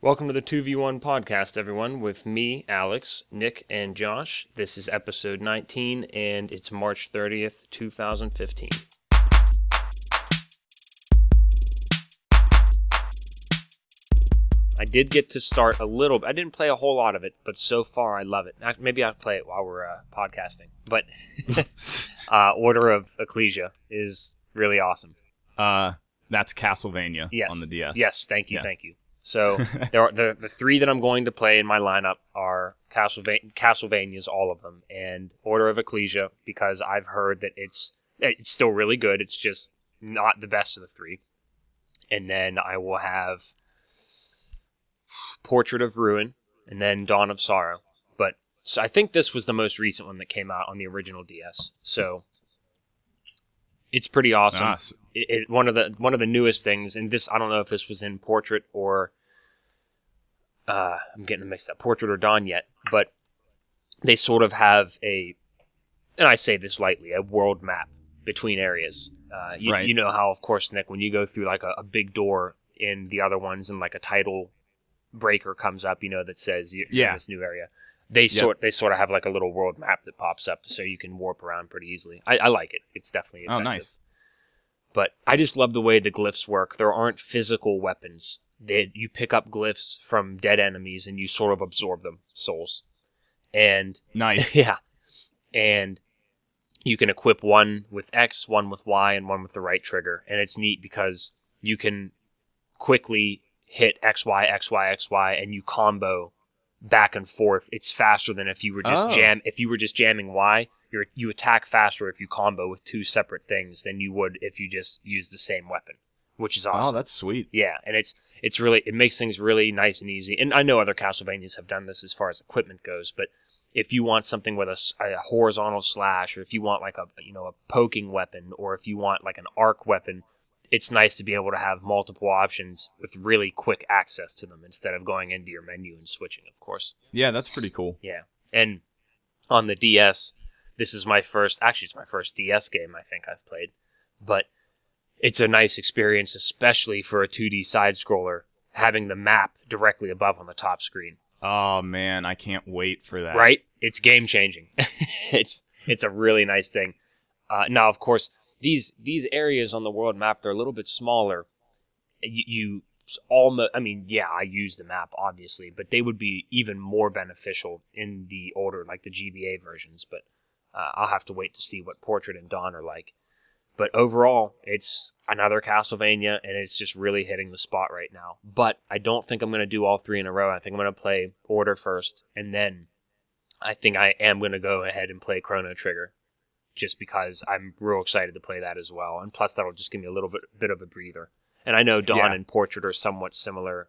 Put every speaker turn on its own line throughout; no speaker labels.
Welcome to the 2v1 podcast, everyone, with me, Alex, Nick, and Josh. This is episode 19, and it's March 30th, 2015. I did get to start a little. I didn't play a whole lot of it, but so far I love it. Ac- Maybe I'll play it while we're uh, podcasting. But uh, Order of Ecclesia is really awesome.
Uh, that's Castlevania
Yes.
on the DS.
Yes, thank you,
Yes.
thank you. So there are the, the three that I'm going to play in my lineup are Castlevania, Castlevania's all of them, and Order of Ecclesia because I've heard that it's it's still really good. It's just not the best of the three. And then I will have Portrait of Ruin, and then Dawn of Sorrow. But so I think this was the most recent one that came out on the original DS. So it's pretty awesome
Ah, s-
it, it, one of the one of the newest things, and this I don't know if this was in Portrait or uh, I'm getting them mixed up, Portrait or Dawn yet, but they sort of have a, and I say this lightly, a world map between areas. Uh, you,
Right.
you know how, of course, Nick, when you go through like a, a big door in the other ones, and like a title breaker comes up, you know that says you're
Yeah.
in this new area. They
Yep.
sort they sort of have like a little world map that pops up, so you can warp around pretty easily. I, I like it. It's definitely
oh,
effective
nice.
but I just love the way the glyphs work. There aren't physical weapons. They, you pick up glyphs from dead enemies and you sort of absorb them, souls. And
Nice.
yeah, and you can equip one with X, one with Y, and one with the right trigger. And it's neat because you can quickly hit X, Y, X, Y, X, Y, and you combo back and forth. It's faster than if you were just
Oh.
jam. If you were just jamming Y, you you attack faster if you combo with two separate things than you would if you just use the same weapon, which is
Oh,
awesome.
that's sweet.
Yeah, and it's it's really it makes things really nice and easy. And I know other Castlevanias have done this as far as equipment goes, but if you want something with a, s- a horizontal slash, or if you want like a you know a poking weapon, or if you want like an arc weapon, it's nice to be able to have multiple options with really quick access to them instead of going into your menu and switching, of course.
Yeah, that's pretty cool.
Yeah. And on the DS, this is my first, actually, it's my first DS game I think I've played. But it's a nice experience, especially for a 2D side scroller, having the map directly above on the top screen.
Oh man, I can't wait for that.
Right? It's game changing. it's it's a really nice thing. Uh, now, of course, these these areas on the world map they're a little bit smaller. You, you almost, I mean, yeah, I use the map obviously, but they would be even more beneficial in the older, like the GBA versions. But uh, I'll have to wait to see what Portrait and Dawn are like. But overall, it's another Castlevania, and it's just really hitting the spot right now. But I don't think I'm going to do all three in a row. I think I'm going to play Order first, and then I think I am going to go ahead and play Chrono Trigger, just because I'm real excited to play that as well. And plus, that'll just give me a little bit bit of a breather. And I know Dawn
Yeah.
and Portrait are somewhat similar,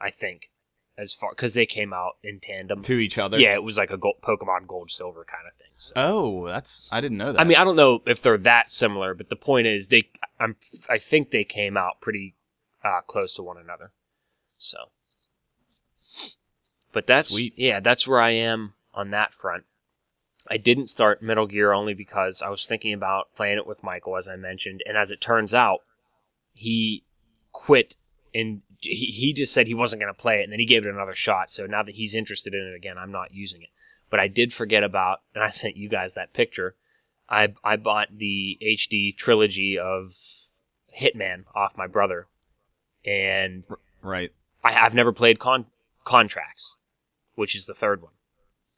I think, as far because they came out in tandem.
To each other.
yeah, it was like a gold, Pokemon Gold Silver kind of thing. So.
Oh, that's I didn't know that.
I mean, I don't know if they're that similar, but the point is they. I'm. I think they came out pretty uh, close to one another. So, but that's
Sweet.
yeah, that's where I am on that front. I didn't start Metal Gear only because I was thinking about playing it with Michael, as I mentioned, and as it turns out, he quit and he, he just said he wasn't going to play it, and then he gave it another shot. So now that he's interested in it again, I'm not using it. But I did forget about, and I sent you guys that picture. I I bought the HD trilogy of Hitman off my brother, and
right.
I, I've never played con- Contracts, which is the third one.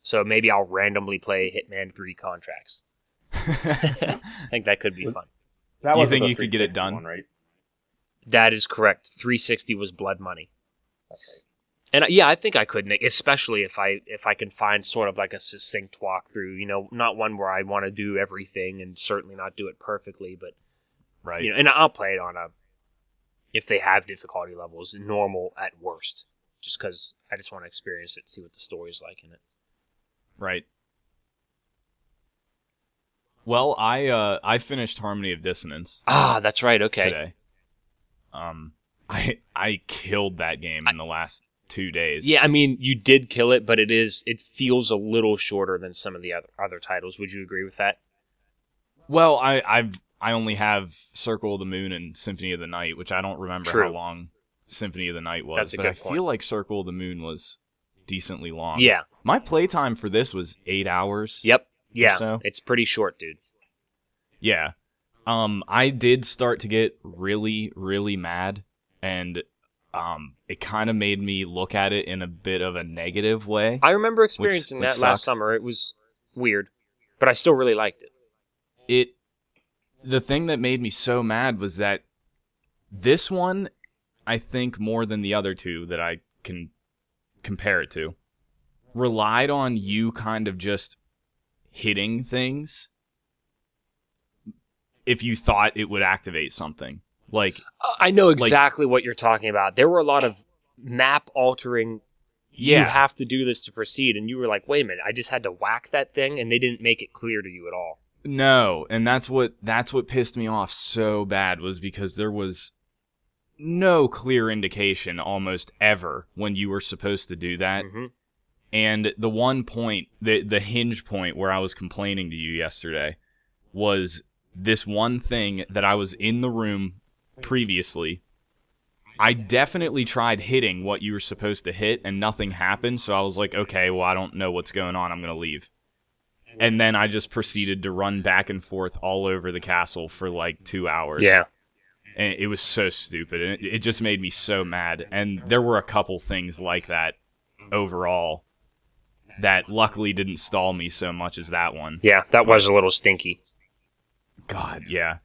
So maybe I'll randomly play Hitman Three Contracts. I think that could be fun.
That
You
wasn't
think
the
you could get it
360
done?
one, right?
That is correct. 360 was Blood Money. And I- yeah, I think I could, Nick. Especially if I if I can find sort of like a succinct walkthrough. You know, not one where I want to do everything and certainly not do it perfectly, but
Right.
you know, and I'll play it on a if they have difficulty levels, normal at worst, just because I just want to experience it, and see what the story's like in it.
Right. Well, I uh I finished Harmony of Dissonance
Ah, that's right. Okay,
today. Um I I killed that game in the last 2 days.
yeah. I mean, you did kill it, but it is it feels a little shorter than some of the other other titles. Would you agree with that?
Well, I I've I only have Circle of the Moon and Symphony of the Night, which I don't remember
True.
how long Symphony of the Night was,
That's a
but
good
I
point.
feel like Circle of the Moon was decently long.
Yeah.
My playtime for this was eight hours.
Yep. Yeah.
so.
It's pretty short, dude.
Yeah. Um, I did start to get really, really mad, and um, it kind of made me look at it in a bit of a negative way.
I remember experiencing
which
that last
sucks.
summer. It was weird, but I still really liked it.
It, the thing that made me so mad was that this one, I think more than the other two that I can compare it to, relied on you kind of just hitting things if you thought it would activate something. Like
Uh, I know exactly what you're talking about. There were a lot of map altering. You
yeah,
have to do this to proceed, and you were like, "Wait a minute! I just had to whack that thing, and they didn't make it clear to you at all."
No, and that's what that's what pissed me off so bad was because there was no clear indication almost ever when you were supposed to do that.
hmm
And the one point, the the hinge point where I was complaining to you yesterday was this one thing that I was in the room previously. I definitely tried hitting what you were supposed to hit and nothing happened, so I was like, okay, well I don't know what's going on, I'm going to leave. And then I just proceeded to run back and forth all over the castle for like 2 hours
Yeah.
and it was so stupid and it, it just made me so mad and there were a couple things like that overall that luckily didn't stall me so much as that one
Yeah. That was a little stinky.
god yeah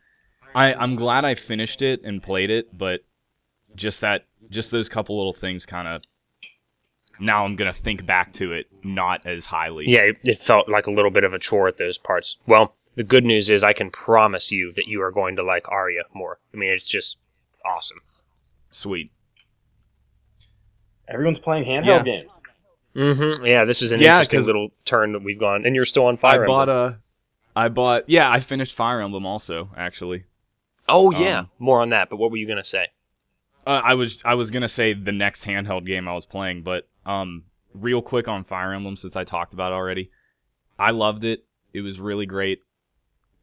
i i'm glad i finished it and played it but just that just those couple little things kind of now i'm gonna think back to it not as highly
Yeah, it- it felt like a little bit of a chore at those parts. Well, the good news is I can promise you that you are going to like Arya more. I mean, it's just awesome.
sweet
Everyone's playing handheld
Yeah.
games.
Mm-hmm. Yeah, this is an
Yeah,
interesting
'cause-
little turn that we've gone, and you're still on fire.
i bought
Emblem.
a i bought yeah i finished fire emblem also actually
oh
yeah.
more on that. But what were you gonna say?
Uh, I was I was gonna say the next handheld game I was playing, but um, real quick on Fire Emblem since I talked about it already, I loved it. It was really great.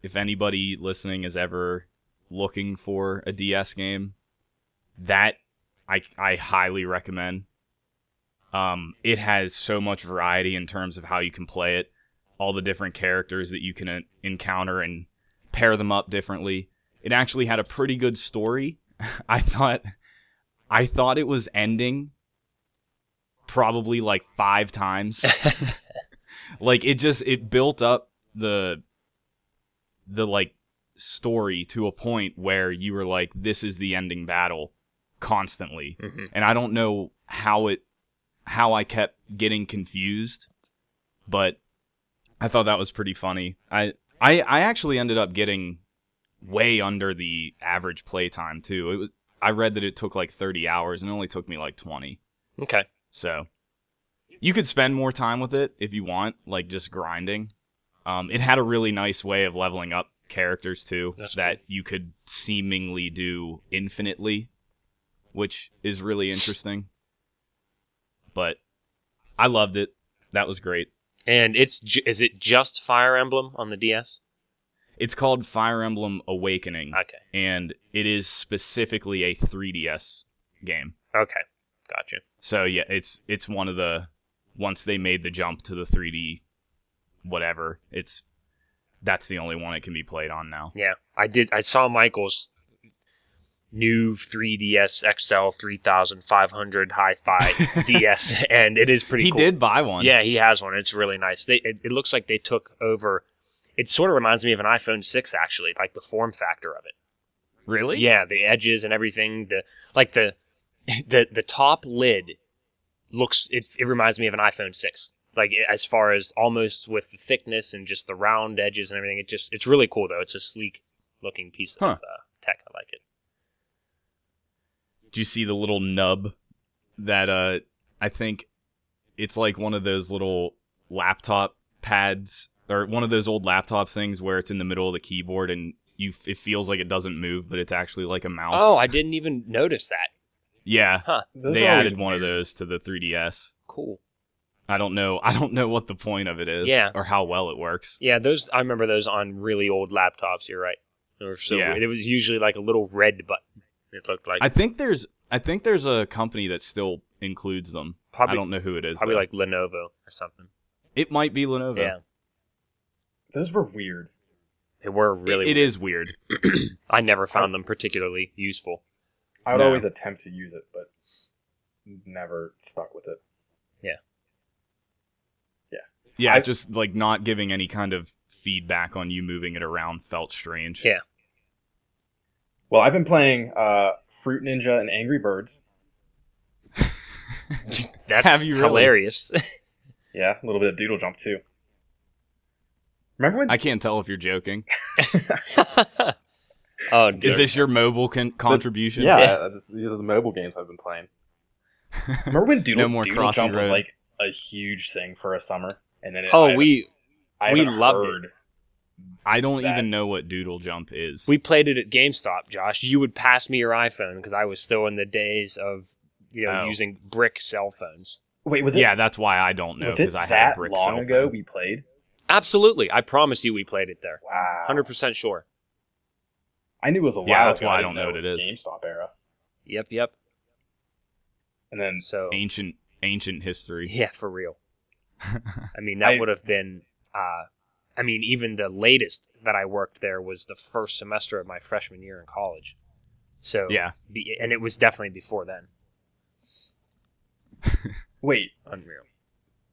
If anybody listening is ever looking for a DS game, that I I highly recommend. Um, it has so much variety in terms of how you can play it, all the different characters that you can uh, encounter and pair them up differently. It actually had a pretty good story. I thought I thought it was ending probably like five times. like it just it built up the the like story to a point where you were like, this is the ending battle constantly.
Mhm.
And I don't know how it how I kept getting confused, but I thought that was pretty funny. I I, I actually ended up getting way under the average playtime too. It was I read that it took like 30 hours and it only took me like 20.
Okay.
So you could spend more time with it if you want, like just grinding. Um, it had a really nice way of leveling up characters too
That's
that you could seemingly do infinitely, which is really interesting. But I loved it. That was great.
And it's ju- is it just Fire Emblem on the DS?
It's called Fire Emblem Awakening,
Okay.
and it is specifically a 3DS game.
Okay. Gotcha.
So yeah, it's it's one of the once they made the jump to the 3D whatever, it's that's the only one it can be played on now.
Yeah, I did. I saw Michael's new 3DS XL 3500 Hi-Fi DS, and it is pretty.
he
cool.
did buy one.
Yeah, he has one. It's really nice. They, it, it looks like they took over. It sort of reminds me of an iPhone 6, actually, like the form factor of it.
Really?
Yeah, the edges and everything. The like the the the top lid looks. It, it reminds me of an iPhone 6. Like i- as far as almost with the thickness and just the round edges and everything. It just it's really cool though. It's a sleek looking piece of
Huh.
uh, tech. I like it.
Do you see the little nub that uh I think it's like one of those little laptop pads or one of those old laptop things where it's in the middle of the keyboard and you it feels like it doesn't move, but it's actually like a mouse.
Oh, I didn't even notice that.
yeah.
Huh.
Those
They
are always-
added one of those to the 3DS.
Cool.
I don't know. I don't know what the point of it is,
Yeah.
or how well it works.
Yeah, those I remember those on really old laptops. You're right. They were so
Yeah.
weird. it was usually like a little red button. It looked like
I think there's I think there's a company that still includes them.
Probably,
I don't know who it is.
probably
though.
like Lenovo or something.
it might be Lenovo.
Yeah,
Those were weird.
they were really.
it is weird.
I never found them particularly useful.
I would
No.
always attempt to use it, but never stuck with it.
Yeah,
I-
just like not giving any kind of feedback on you moving it around felt strange.
Yeah.
Well, I've been playing uh, Fruit Ninja and Angry Birds.
That's
Have you really?
hilarious.
Yeah, a little bit of Doodle Jump too. Remember when?
I can't tell if you're joking.
oh, dude.
Is this your mobile con- contribution?
yeah,
Yeah.
uh, this- these are the mobile games I've been playing. Remember when Doodle,
more
Doodle
crossing
Jump was
road.
like a huge thing for a summer, and then it,
oh,
I haven't-
we
I
we
haven't
loved it.
heard.
I don't
That-
even know what doodle jump is.
we played it at GameStop, Josh. You would pass me your iPhone because I was still in the days of you know
Oh.
using brick cell phones.
Wait, was it?
yeah, that's why I don't know
was it
because I had a
that
brick
long
cell
ago
phone.
we played?
Absolutely, I promise you, we played it there.
Wow,
Hundred percent sure.
I knew it was a while.
Yeah, that's
ago.
why I
didn't
don't know what
it
it
was
is.
GameStop era,
Yep, yep.
and then
So
Ancient ancient history.
yeah, for real. I mean, that
I-
would have been. Uh, I mean, even the latest that I worked there was the first semester of my freshman year in college. So
Yeah.
be, and it was definitely before then.
wait,
Unreal.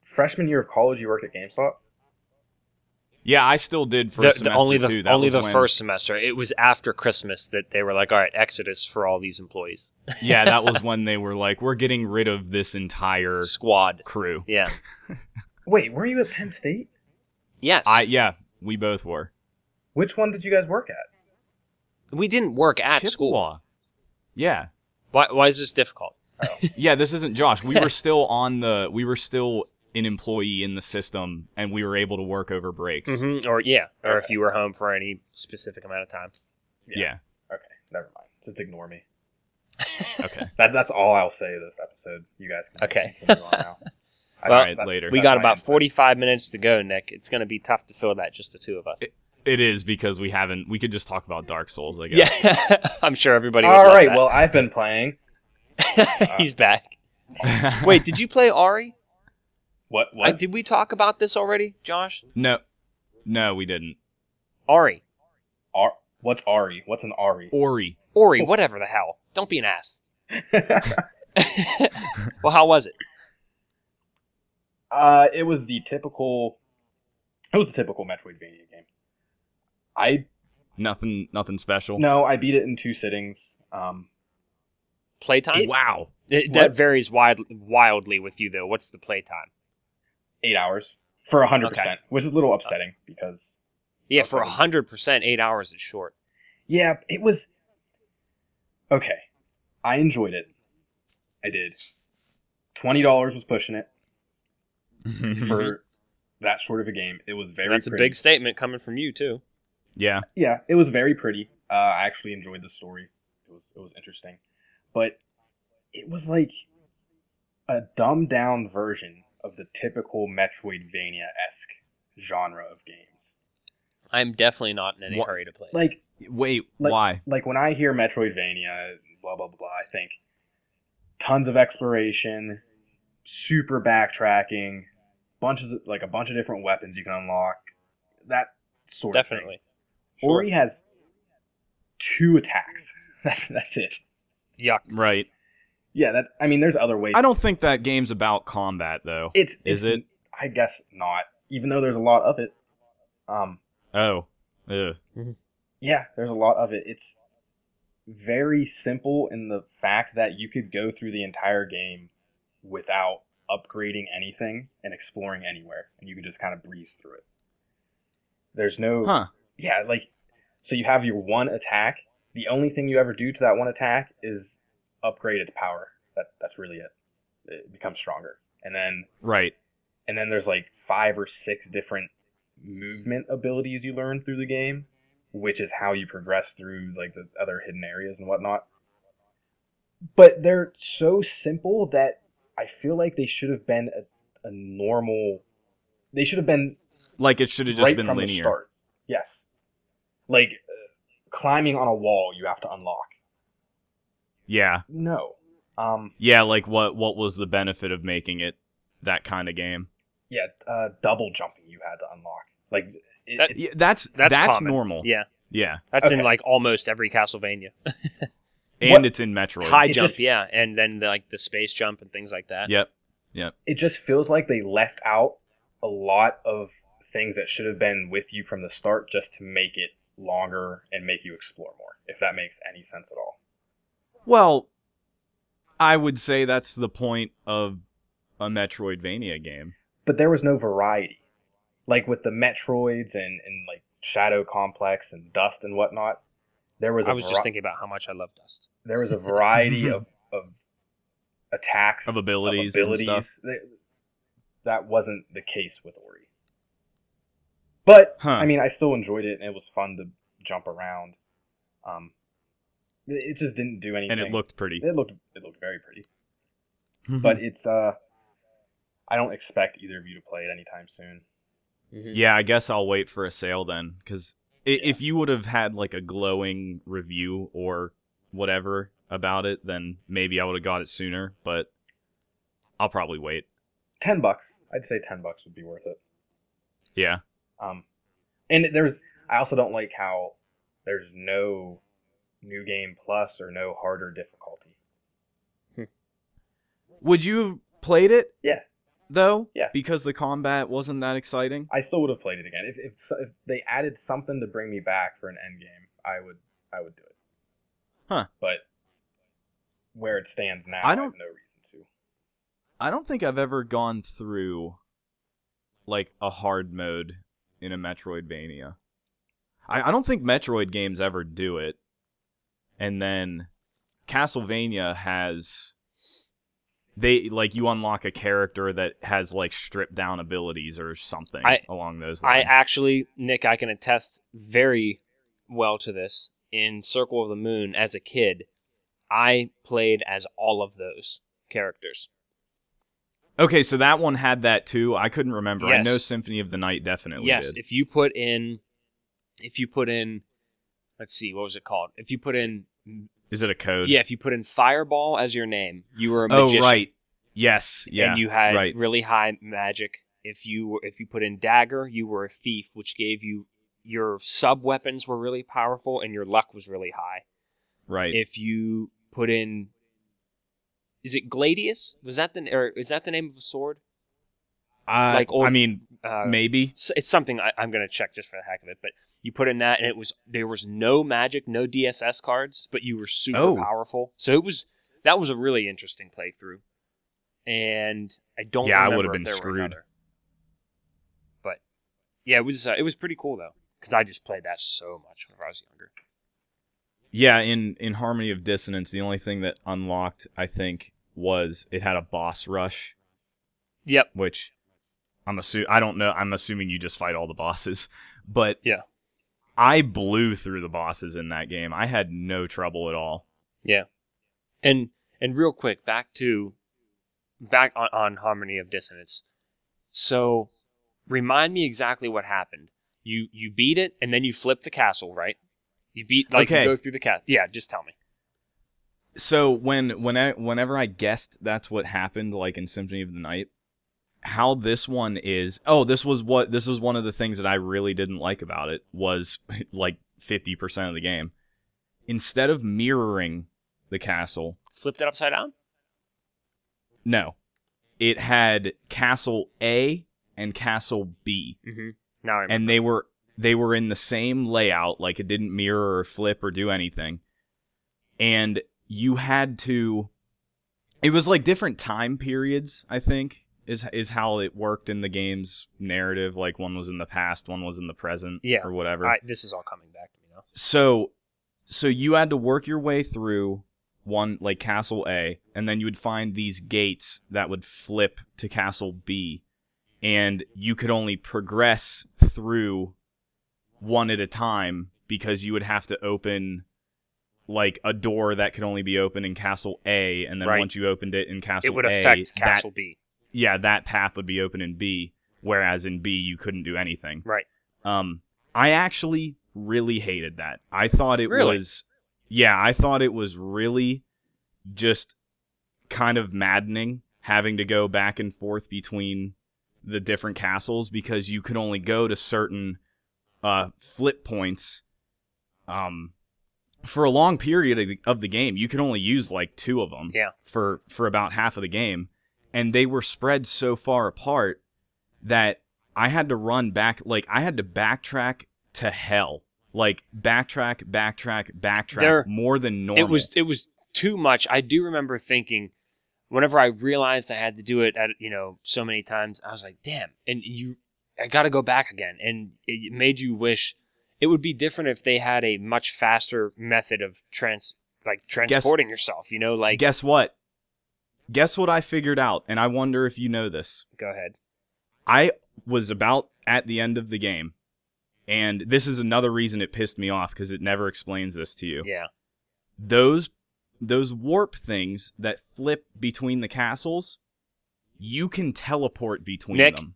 freshman year of college, you worked at GameStop.
Yeah, I still did for a
The, the
semester
only the
too. That
only
was
the
when-
first semester. It was after Christmas that they were like, "All right, Exodus for all these employees."
yeah, that was when they were like, we're getting rid of this entire
Squad.
crew.
Yeah.
Wait, were you at Penn State?
Yes.
I yeah, we both were.
Which one did you guys work at?
we didn't work at school.
Chippewa. Yeah.
Why, why is this difficult?
Yeah, this isn't Josh. We were still on the we were still an employee in the system and we were able to work over breaks.
Mhm, Or yeah, or if
Okay.
you were home for any specific amount of time.
Yeah.
Okay, never mind. Just ignore me.
Okay.
That, that's all I'll say this episode. You guys can
Okay.
continue on now. I-
Well,
All right,
that-
later.
we
that's
got
my
about
input.
45 minutes to go, Nick. It's going to be tough to fill that just the two of us.
it is because we haven't we could just talk about Dark Souls, I guess.
yeah, I'm sure everybody. Would
All
love
right.
that.
Well, I've been playing. uh,
he's back. Wait, did you play Ari?
What?
I,
What?
did we talk about this already, Josh?
No. No, we didn't.
Ari,
Ar- what's Ari? What's an Ari?
Ori.
Ori,
Oh.
whatever the hell. Don't be an ass.
uh,
well, how was it?
Uh, it was the typical. It was the typical Metroidvania game. I
Nothing nothing special.
no, I beat it in two sittings. Um,
Playtime?
Wow.
It- that
what?
varies wide, wildly with you, though. What's the playtime?
eight hours for a hundred percent, which is a little upsetting because
Yeah, for
Okay.
hundred percent, eight hours is short.
yeah, it was okay. I enjoyed it. I did. Twenty dollars was pushing it for that short of a game. It was very.
That's
pretty.
a big statement coming from you too.
yeah.
yeah, it was very pretty. Uh, I actually enjoyed the story. It was it was interesting, but it was like a dumbed down version of the typical Metroidvania esque genre of games.
I'm definitely not in any
What-
hurry to play.
Like
Wait,
Like-
why?
like when I hear Metroidvania, blah blah blah, blah, I think tons of exploration, super backtracking, bunches of, like a bunch of different weapons you can unlock, that sort of thing.
definitely. Sure.
Ori has two attacks. That's that's it.
Yuck.
Right.
Yeah, that I mean, there's other ways.
I don't think that game's about combat though.
It's, it's
Is it?
I guess not. Even though there's a lot of it. Um.
Oh. Ugh.
Yeah, there's a lot of it. It's very simple in the fact that you could go through the entire game without upgrading anything and exploring anywhere, and you can just kind of breeze through it. There's no
Huh.
yeah, like so you have your one attack. The only thing you ever do to that one attack is upgrade its power. That that's really it. It becomes stronger. And then
Right.
and then there's like five or six different movement abilities you learn through the game, which is how you progress through like the other hidden areas and whatnot. But they're so simple that I feel like they should have been a, a normal. They should have been
Like it should have just
right
been
from the
linear.
start. Yes, like uh, climbing on a wall you have to unlock.
Yeah.
No, Um,
Yeah, like what what was the benefit of making it that kind of game?
yeah, uh, double jumping you had to unlock. Like it,
That-
it-
Yeah, that's
That's
that's,
common.
normal.
Oh.
Yeah,
Yeah.
that's in
Okay.
like almost every Castlevania.
And
What-
it's in Metroid.
High
It
jump,
just-
yeah, and then like the space jump and things like that.
Yep.
it just feels like they left out a lot of things that should have been with you from the start just to make it longer and make you explore more. If that makes any sense at all.
Well, I would say that's the point of a Metroidvania game.
but there was no variety. Like with the Metroids and, and like Shadow Complex and Dust and whatnot, there was a
I was
vari-
just thinking about how much I love Dust.
there was a variety of, of attacks
Of abilities and stuff.
That, that wasn't the case with Ori. But
Huh.
I mean, I still enjoyed it and it was fun to jump around. Um, it it just didn't do
and
anything.
it looked pretty. Mm-hmm.
it looked it looked very pretty, but it's uh, I don't expect either of you to play it anytime soon. Mm-hmm.
yeah, I guess I'll wait for a sale then cuz if you would have had like a glowing review or whatever about it, then maybe I would have got it sooner, but I'll probably wait.
10 bucks i'd say 10 bucks would be worth it
Yeah.
um and there's i also don't like how there's no new game plus or no harder difficulty
Would you have played it?
Yeah.
Though?
Yeah.
Because the combat wasn't that exciting?
i still would have played it again if, if, if they added something to bring me back for an end game i would i would do it
Huh.
but where it stands now
I
i don't
don't-
have no reason
I don't think I've ever gone through like a hard mode in a Metroidvania. I, I don't think Metroid games ever do it. And then Castlevania has they like you unlock a character that has like stripped down abilities or something
I-
along those
I
lines.
actually, Nick, I can attest very well to this. In Circle of the Moon, as a kid, I played as all of those characters.
okay, so that one had that too. I couldn't remember. I know
Yes.
Symphony of the Night definitely
yes,
did.
if you put in, if you put in, let's see, what was it called? If you put in,
Is it a code?
yeah, if you put in Fireball as your name, you were a
Oh
magician,
right. Yes. Yeah.
and you had
right.
really high magic. If you were, if you put in Dagger, you were a thief, which gave you your sub weapons were really powerful and your luck was really high.
right.
if you put in is it gladius was that the or is that the name of a sword
I,
like old-
I mean,
uh,
maybe.
s- it's something I, i'm going to check just for the heck of it but you put in that and it was there was no magic no dss cards but you were super
Oh.
powerful so it was that was a really interesting playthrough and i don't
Yeah, I
remember
would've
if
been
there were
screwed.
another. but yeah it was uh, it was pretty cool though because i just played that so much when i was younger
Yeah, in in Harmony of Dissonance, the only thing that unlocked, I think, was it had a boss rush,
yep
which I'm assu- I don't know. I'm assuming you just fight all the bosses, but
Yeah.
I blew through the bosses in that game. I had no trouble at all.
And and real quick, back to back on, on harmony of dissonance. So remind me exactly what happened. You you beat it and then you flip the castle, right? You beat like
Okay.
you go through the castle. Yeah, just tell me.
So when when I whenever I guessed that's what happened, like in Symphony of the Night, how this one is. Oh, this was what this was one of the things that I really didn't like about it was like fifty percent of the game. Instead of mirroring the castle,
Flip that upside down?
no, it had Castle A and Castle B,
Mm-hmm. Now I remember.
and they were they were in the same layout. Like it didn't mirror or flip or do anything, and you had to it was like different time periods i think is is how it worked in the game's narrative like one was in the past one was in the present
Yeah,
or whatever
I, this is all coming back to me now.
so so you had to work your way through one like castle a and then you would find these gates that would flip to castle b and you could only progress through one at a time because you would have to open like a door that could only be opened in castle a and then
Right.
once you opened it in castle
it would
a
affect
that-
Castle B.
yeah, that path would be open in B, whereas in B you couldn't do anything.
Right.
Um, I actually really hated that. I thought it
Really?
was, yeah, I thought it was really just kind of maddening having to go back and forth between the different castles because you could only go to certain uh, flip points um, for a long period of the, of the game. You could only use like two of them
Yeah.
for, for about half of the game. And they were spread so far apart that I had to run back, like, I had to backtrack to hell. Like, backtrack, backtrack, backtrack
There-
more than normal.
It was it was too much. I do remember thinking whenever I realized I had to do it at you know so many times, I was like, damn, and you I got to go back again. And it made you wish it would be different if they had a much faster method of trans like transporting yourself, you know, like
Guess what? Guess what I figured out, and I wonder if you know this.
go ahead.
I was about at the end of the game, and this is another reason it pissed me off because it never explains this to you.
Yeah.
Those those warp things that flip between the castles, you can teleport between
Nick,
them.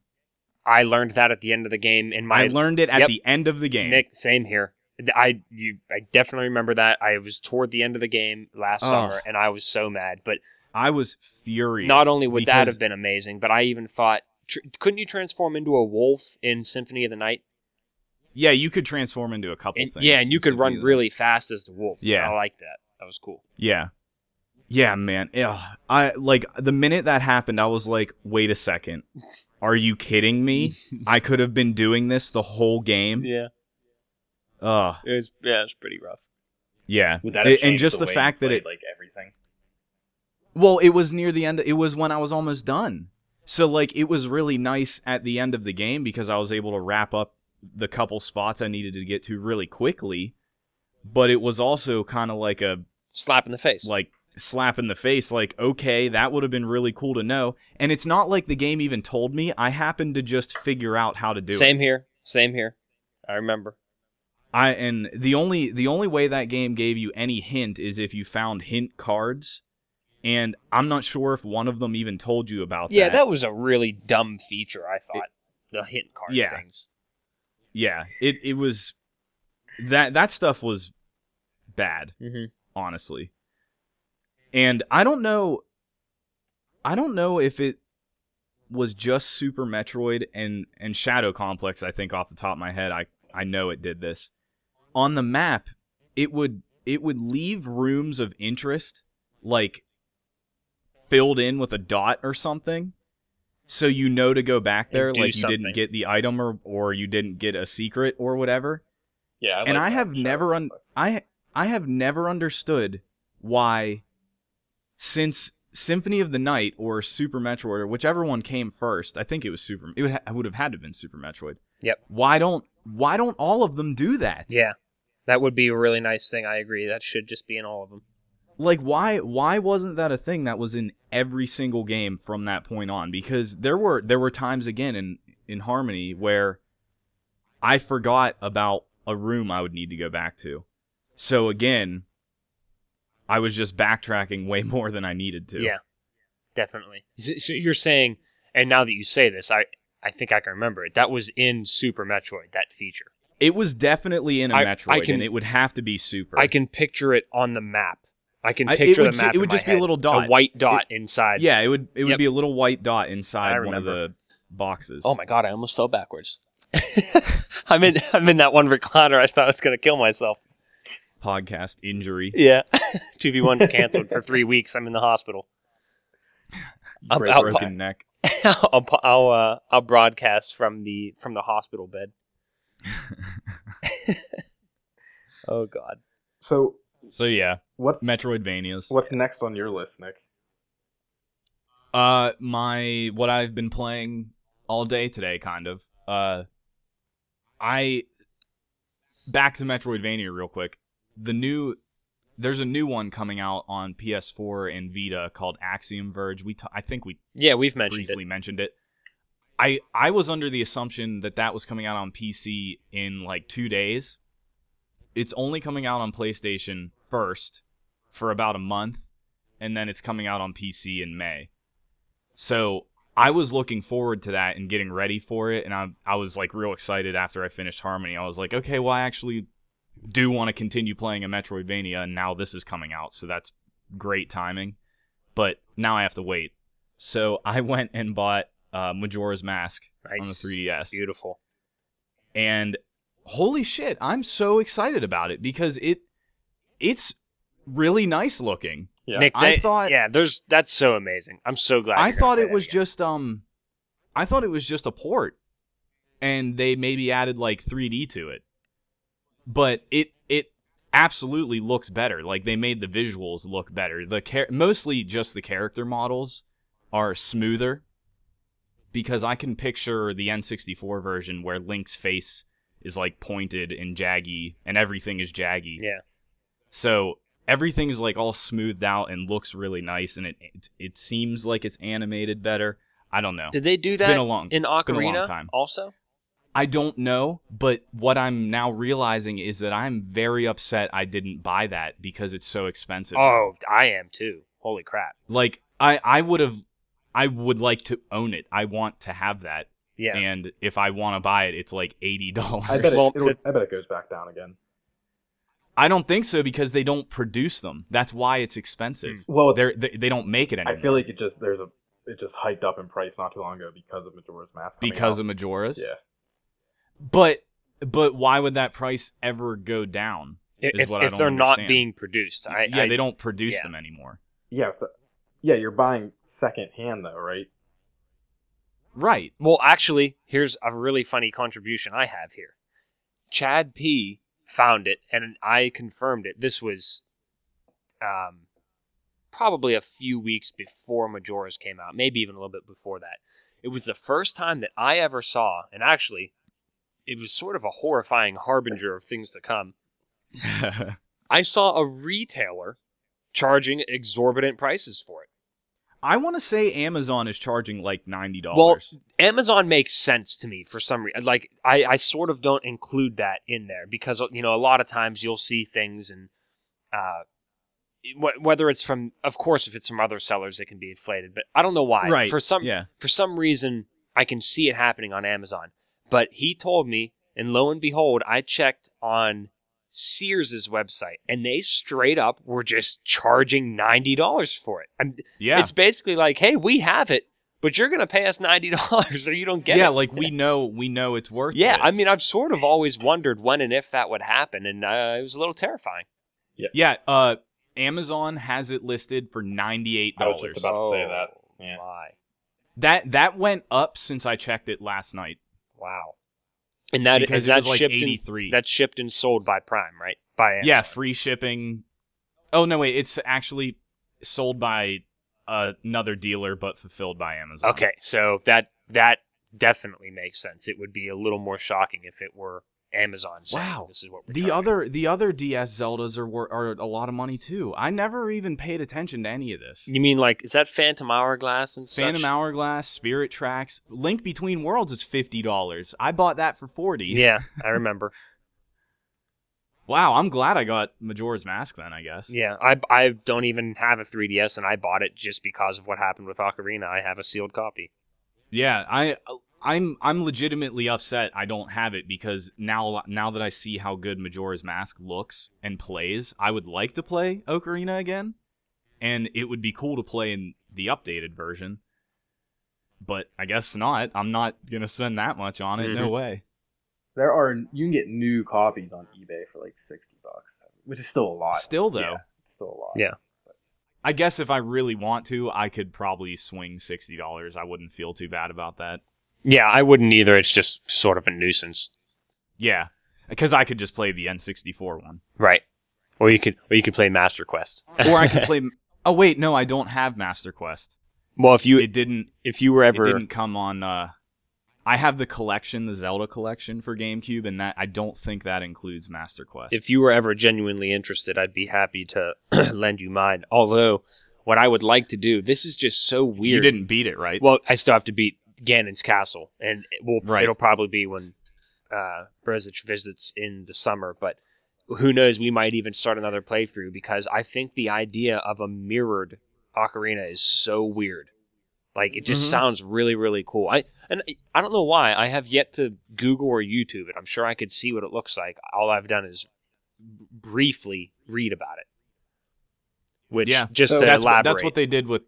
I learned that at the end of the game in my
I learned it at
Yep.
the end of the game.
Nick, same here. I you I definitely remember that. I was toward the end of the game last
Ugh.
summer and I was so mad, but
I was furious.
Not only would that
because-
have been amazing, but I even thought, tr- couldn't you transform into a wolf in Symphony of the Night?
yeah, you could transform into a couple
And-
things.
yeah, and you could run
Something like-
really fast as the wolf.
Yeah.
I like that. That was cool.
Yeah. Yeah, man. Yeah. I like the minute that happened, I was like, wait a second. Are you kidding me? I could have been doing this the whole game.
Yeah,
Ugh.
it was. Yeah, it's pretty rough.
Yeah.
Would that
It-
have
and
changed
just the,
way you
fact that
played,
it
like everything.
well, it was near the end it was when I was almost done. So like it was really nice at the end of the game because I was able to wrap up the couple spots I needed to get to really quickly. But it was also kind of like a
Slap in the face.
like slap in the face like okay that would have been really cool to know and it's not like the game even told me i happened to just figure out how to do
same
it
here. Same here. I remember.
i and the only the only way that game gave you any hint is if you found hint cards and i'm not sure if one of them even told you about
Yeah,
that,
that was a really dumb feature. I thought the hint card
Yeah.
things.
yeah it it was that that stuff was bad
Mm-hmm.
honestly. And I don't know I don't know if it was just Super Metroid and and Shadow Complex, I think off the top of my head I I know it did this. On the map, it would it would leave rooms of interest like filled in with a dot or something. So you know to go back there
And do
like you
something.
didn't get the item or or you didn't get a secret or whatever
Yeah, I
and
like
I
that.
have
Sure.
never un- I I have never understood why since Symphony of the Night or Super Metroid or whichever one came first, I think it was Super. It would, ha- would have had to have been Super Metroid.
Yep.
Why don't Why don't all of them do that?
Yeah, that would be a really nice thing. I agree. That should just be in all of them.
Like why Why wasn't that a thing that was in every single game from that point on? Because there were there were times again in in Harmony where I forgot about a room I would need to go back to. So again, I was just backtracking way more than I needed to.
Yeah, definitely. So, so you're saying, and now that you say this, I I think I can remember it. That was in Super Metroid. That feature.
It was definitely in a
I- I
Metroid,
can-
and it would have to be Super.
I can picture it on the map. I can
I- it
picture
would
the
ju-
map.
it would
in my
just be a
head.
little dot.
a white dot inside.
Yeah, it would. It would
Yep.
be a little white dot
I
inside one of
remember.
the boxes.
Oh my god! I almost fell backwards. I'm in. I'm in that one recliner. I thought I was gonna kill myself.
Podcast injury.
Yeah. Two v one's canceled for three weeks. I'm in the hospital. I'll,
Break-
I'll-
broken neck.
I'll, I'll, uh, I'll broadcast from the from the hospital bed. oh God!
So
So yeah,
what's
Metroidvanias.
what's next on your list, Nick?
Uh, my what I've been playing all day today, kind of. Uh, I back to Metroidvania real quick. The new there's a new one coming out on PS4 and Vita called Axiom Verge. We t- I think we
Yeah, we've mentioned
briefly mentioned it. I I was under the assumption that that was coming out on PC in like two days. It's only coming out on PlayStation first for about a month, and then it's coming out on PC in May. So I was looking forward to that and getting ready for it, and I I was like real excited after I finished Harmony. I was like, okay, well I actually do want to continue playing a Metroidvania, and now this is coming out, so that's great timing. But now I have to wait. So I went and bought uh, Majora's Mask
Nice.
on the 3DS.
Beautiful.
and holy shit i'm so excited about it because it it's really nice looking
Yeah.
Nick,
I
they-
thought-
yeah, there's that's so amazing. I'm so glad.
i
you're gonna
thought
play
it
that
was
again.
just um i thought it was just a port and they maybe added like 3d to it but it it absolutely looks better like they made the visuals look better the char- mostly just the character models are smoother because i can picture the n64 version where link's face is like pointed and jaggy and everything is jaggy
yeah.
So everything's like all smoothed out and looks really nice, and it it, it seems like it's animated better. I don't know.
Did they do
It's
that
been a long-
in
long
Ocarina
time.
also?
I don't know, but what I'm now realizing is that I'm very upset I didn't buy that because it's so expensive.
Oh, I am too. Holy crap.
Like I I would have I would like to own it. I want to have that.
Yeah.
And if I want to buy it, it's like eighty dollars.
I bet, it,
Well,
it'll-
it-
I bet it goes back down again.
I don't think so because they don't produce them. That's why it's expensive.
Hmm. Well,
They're, they they don't make it anymore
I feel like it just there's a it just hiked up in price not too long ago because of Majora's Mask. coming
because
out.
of Majora's.
yeah,
But but why would that price ever go down? is
if
what I
if
don't
they're not
understand.
being produced, I,
yeah,
I-
they don't produce
yeah.
them anymore.
yeah, so- yeah. You're buying second hand though, right?
Right.
Well, actually, here's a really funny contribution I have here. Chad P found it, and I confirmed it. This was um, probably a few weeks before Majora's came out, maybe even a little bit before that. It was the first time that I ever saw, and actually, it was sort of a horrifying harbinger of things to come. I saw a retailer charging exorbitant prices for it.
I want to say Amazon is charging like ninety
Well,
dollars.
Amazon makes sense to me for some reason. Like I, I sort of don't include that in there because you know a lot of times you'll see things and uh, wh- whether it's from, of course, if it's from other sellers, it can be inflated. But I don't know why.
right.
For some
yeah.
for some reason, I can see it happening on Amazon. But he told me, and lo and behold, I checked on Sears's website, and they straight up were just charging ninety dollars for it. I'm,
Yeah.
it's basically like, hey, we have it, but you're gonna pay us ninety dollars or you don't get
yeah,
it.
like we know we know it's worth
yeah, I
this.
mean, I've sort of always wondered when and if that would happen, and uh, it was a little terrifying.
Yeah, uh Amazon has it listed for ninety eight
I was just
dollars.
about to say that. Yeah.
My,
That that went up since I checked it last night.
wow. And that
Because
is
it was
that's
like
shipped and-
83.
that's shipped and sold by Prime, right? By Amazon.
Yeah, free shipping. Oh no, wait, it's actually sold by uh, another dealer but fulfilled by Amazon.
Okay, so that that definitely makes sense. It would be a little more shocking if it were Amazon. Saying,
Wow.
this is what we're
The
charging."
other the other DS Zeldas are wor- are a lot of money too. I never even paid attention to any of this.
You mean like is that Phantom Hourglass and such?
Phantom Hourglass, Spirit Tracks, Link Between Worlds is fifty dollars. I bought that for forty.
Yeah, I remember.
Wow, I'm glad I got Majora's Mask then. I guess.
yeah, I I don't even have a 3DS, and I bought it just because of what happened with Ocarina. I have a sealed copy.
Yeah. I I'm I'm legitimately upset I don't have it because now now that I see how good Majora's Mask looks and plays, I would like to play Ocarina again, and it would be cool to play in the updated version. But I guess not. I'm not gonna spend that much on it. No way.
There are you can get new copies on eBay for like sixty bucks, which is still a lot.
Still though,
Yeah, it's still a lot.
Yeah.
I guess if I really want to, I could probably swing sixty dollars. I wouldn't feel too bad about that.
Yeah, I wouldn't either. It's just sort of a nuisance,
Yeah, because I could just play the N64 one,
right? Or you could or you could play Master Quest.
or I could play. Oh wait, no, I don't have Master Quest.
well, if you
It didn't.
if you were
It
ever
didn't come on. Uh, I have the collection, the Zelda collection for GameCube, and that I don't think that includes Master Quest.
if you were ever genuinely interested, I'd be happy to lend you mine. Although, what I would like to do, this is just so weird.
you didn't beat it, right?
Well, I still have to beat Ganon's castle, and it will,
Right.
it'll probably be when uh, Brezich visits in the summer. But who knows? We might even start another playthrough because I think the idea of a mirrored Ocarina is so weird. Like it just
Mhm.
sounds really, really cool. I and I- I don't know why I have yet to Google or YouTube it. I'm sure I could see what it looks like. All I've done is b- briefly read about it, which
Yeah.
just
So
to
that's
elaborate.
what, that's what they did with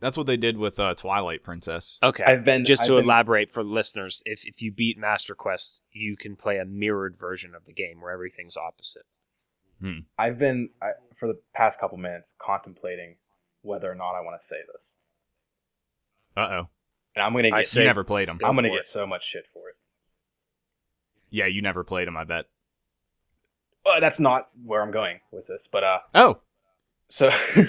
That's what they did with uh, Twilight Princess.
Okay.
I've been
just
I've
to
been-
elaborate for listeners, if, if you beat Master Quest, you can play a mirrored version of the game where everything's opposite.
I've been I, for the past couple minutes contemplating whether or not I want to say this,
Uh oh.
and I'm gonna
I
get
see.
You
Say-
never played them.
Go
I'm gonna
for
get
it.
so much shit for it.
Yeah, you never played them. I bet.
Uh, that's not where I'm going with this, but uh,
Oh,
so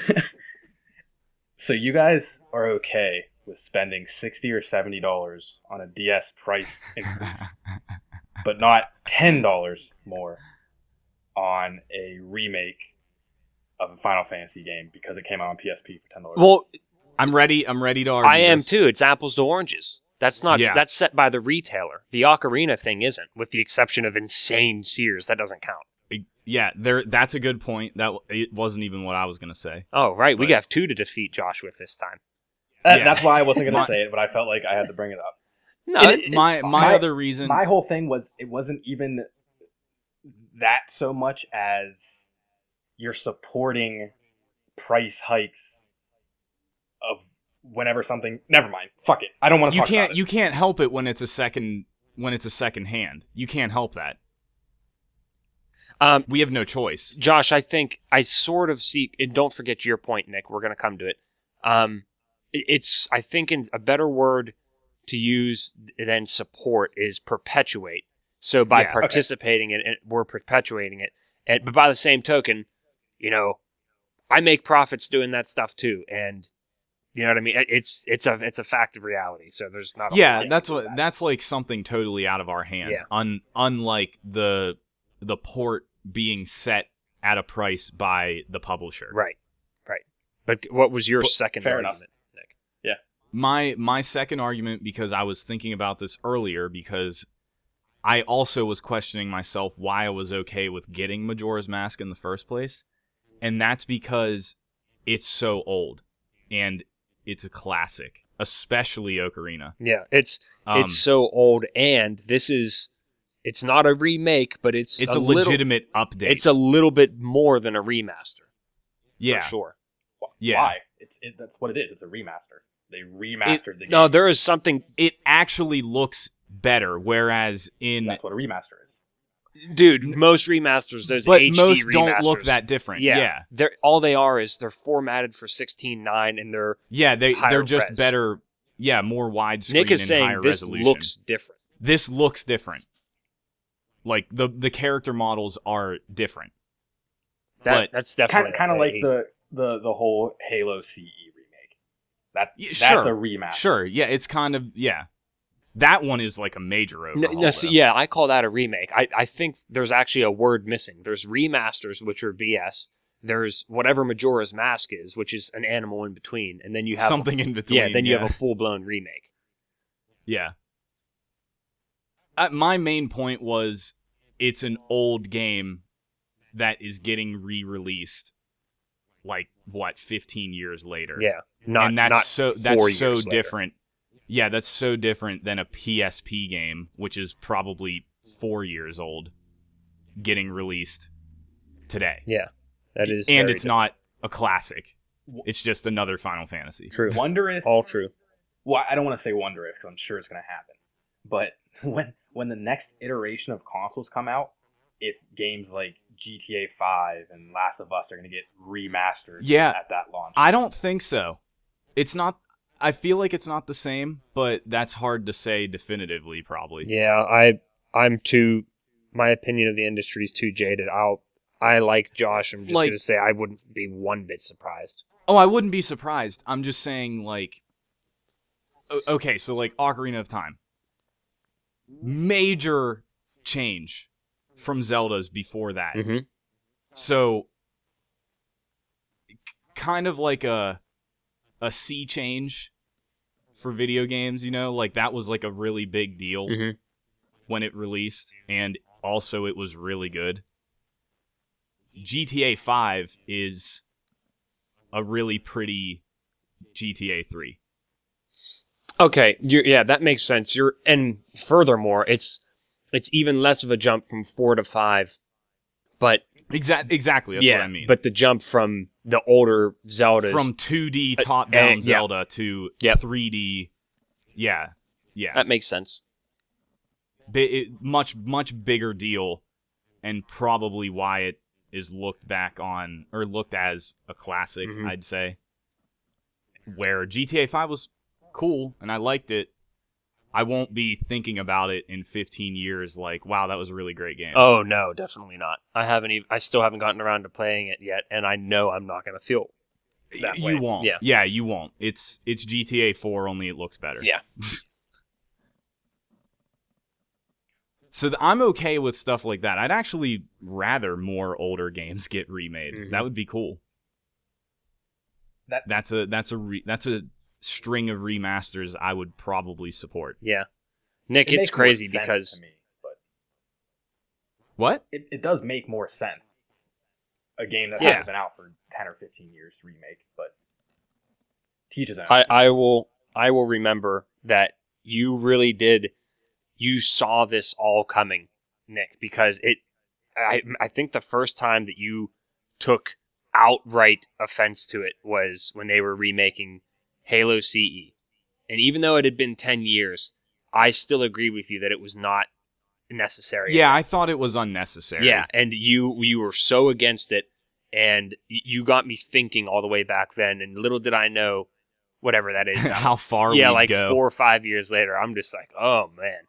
so you guys are okay with spending sixty or seventy dollars on a DS price increase, but not ten dollars more on a remake of a Final Fantasy game because it came out on PSP for ten dollars.
Well,
I'm ready. I'm ready to argue.
I am
this.
too. It's apples to oranges. That's not
Yeah.
that's set by the retailer. The ocarina thing isn't, with the exception of insane Sears. That doesn't count.
Yeah, there. That's a good point. That w- it wasn't even what I was gonna say.
Oh right, we
But-
have two to defeat Josh with this time.
That-
Yeah.
That's why I wasn't going
My-
to say it, but I felt like I had to bring it up.
No,
And it-
it-
my,
it's
my
fine.
other reason.
My whole thing was it wasn't even that so much as you're supporting price hikes of whenever something. Never mind. Fuck it. I don't want to
you
talk
can't
about it.
you can't help it when it's a second when it's a second hand. You can't help that.
um,
We have no choice.
Josh, I think I sort of see, and don't forget your point, Nick. We're going to come to it. Um, it- it's, I think, in a better word to use than support is perpetuate. So by
Yeah, okay.
participating in it, we're perpetuating it. And, but by the same token, you know, I make profits doing that stuff too, and you know what I mean. It- It's it's a it's a fact of reality. So there's not. A
Yeah,
lot.
that's what that's like something totally out of our hands.
Yeah.
Un, unlike the the port being set at a price by the publisher.
right, right. But what was your
But-
second
fair enough.
argument?
my my second argument because I was thinking about this earlier because I also was questioning myself why I was okay with getting Majora's Mask in the first place, and that's because it's so old and it's a classic, especially Ocarina.
Yeah, it's
Um,
it's so old and this is it's not a remake but it's
it's
a,
a,
little-
legitimate update.
it's a little bit more than a remaster
yeah,
for sure
yeah.
Why? It's, it, that's what it is. It's a remaster. They remastered the game.
no there is something
it actually looks better. Whereas in
that's what a remaster is.
dude most remasters those
but
HD
most don't look
remasters,
that different.
yeah,
yeah.
they're all they are is they're formatted for 16.9 and they're
Yeah, they
higher
they're just
res.
better. Yeah, more widescreen.
nick is
and
saying
higher
this
resolution.
looks different
this looks different. Like the the character models are different.
that,
But-
that's definitely
Kind kind of
a-
like the, the the whole Halo CE remake. That
Yeah,
that's
sure.
a remaster.
Sure, yeah, it's kind of yeah. That one is like a major
No,
overhaul.
no, see,
though.
yeah, I call that a remake. I, I think there's actually a word missing. There's remasters, which are BS. There's whatever Majora's Mask is, which is an animal in between, and then you have
something in between.
yeah, then you
yeah.
have a full blown remake.
Yeah. Uh, my main point was it's an old game that is getting re-released like what 15 years later.
Yeah, not
and that's
not
so
four
that's so
years later.
different. Yeah, that's so different than a PSP game, which is probably four years old, getting released today.
Yeah, that is,
and
very
it's not a classic. It's just another Final Fantasy.
different. true.
Wonder
Oh,
if
All true.
well, I don't want to say wonder if because I'm sure it's going to happen. But when when the next iteration of consoles come out, if games like GTA Five and Last of Us are going to get remastered,
Yeah.
at that launch,
I don't think so. It's not. I feel like it's not the same, but that's hard to say definitively. Probably.
Yeah, I I'm too. My opinion of the industry is too jaded. I'll I like Josh. I'm just
Like-
gonna say I wouldn't be one bit surprised.
Oh, I wouldn't be surprised. I'm just saying, like, o- okay, so like Ocarina of Time, major change from Zelda's before that.
Mm-hmm.
So, k- kind of like a a sea change for video games. You know, like that was like a really big deal
Mhm.
when it released, and also it was really good. GTA Five is a really pretty GTA Three.
Okay, you yeah, that makes sense. You're and furthermore, it's it's even less of a jump from four to five, but
Exact, exactly. That's
yeah,
what I mean.
but the jump from the older Zeldas.
from 2D top down
uh, yeah.
Zelda to
Yep.
3D. Yeah, yeah,
that makes sense.
Bi it, much much bigger deal, and probably why it is looked back on or looked as a classic.
Mhm.
I'd say where GTA Five was cool and I liked it. I won't be thinking about it in 15 years. Like, wow, that was a really great game.
Oh no, definitely not. I haven't even. I still haven't gotten around to playing it yet, and I know I'm not going to feel. that
you
way.
won't.
Yeah.
yeah, you won't. It's it's GTA 4 only it looks better.
Yeah.
So th- I'm okay with stuff like that. I'd actually rather more older games get remade.
Mhm.
That would be cool.
That-
that's a that's a re- that's a string of remasters I would probably support.
Yeah, Nick,
It
it's
makes more
crazy
sense
because
to me, but
What?
it, it does make more sense. A game that
Yeah.
hasn't been out for ten or fifteen years to remake, but teaches them.
I, I will I will remember that you really did you saw this all coming, Nick, because it I I think the first time that you took outright offense to it was when they were remaking Halo CE. And even though it had been 10 years, I still agree with you that it was not necessary.
Yeah, I thought it was unnecessary.
Yeah, and you you were so against it, and y- you got me thinking all the way back then. And little did I know, whatever that is. now.
How far
yeah,
we
like
go.
four or five years later, I'm just like, oh man.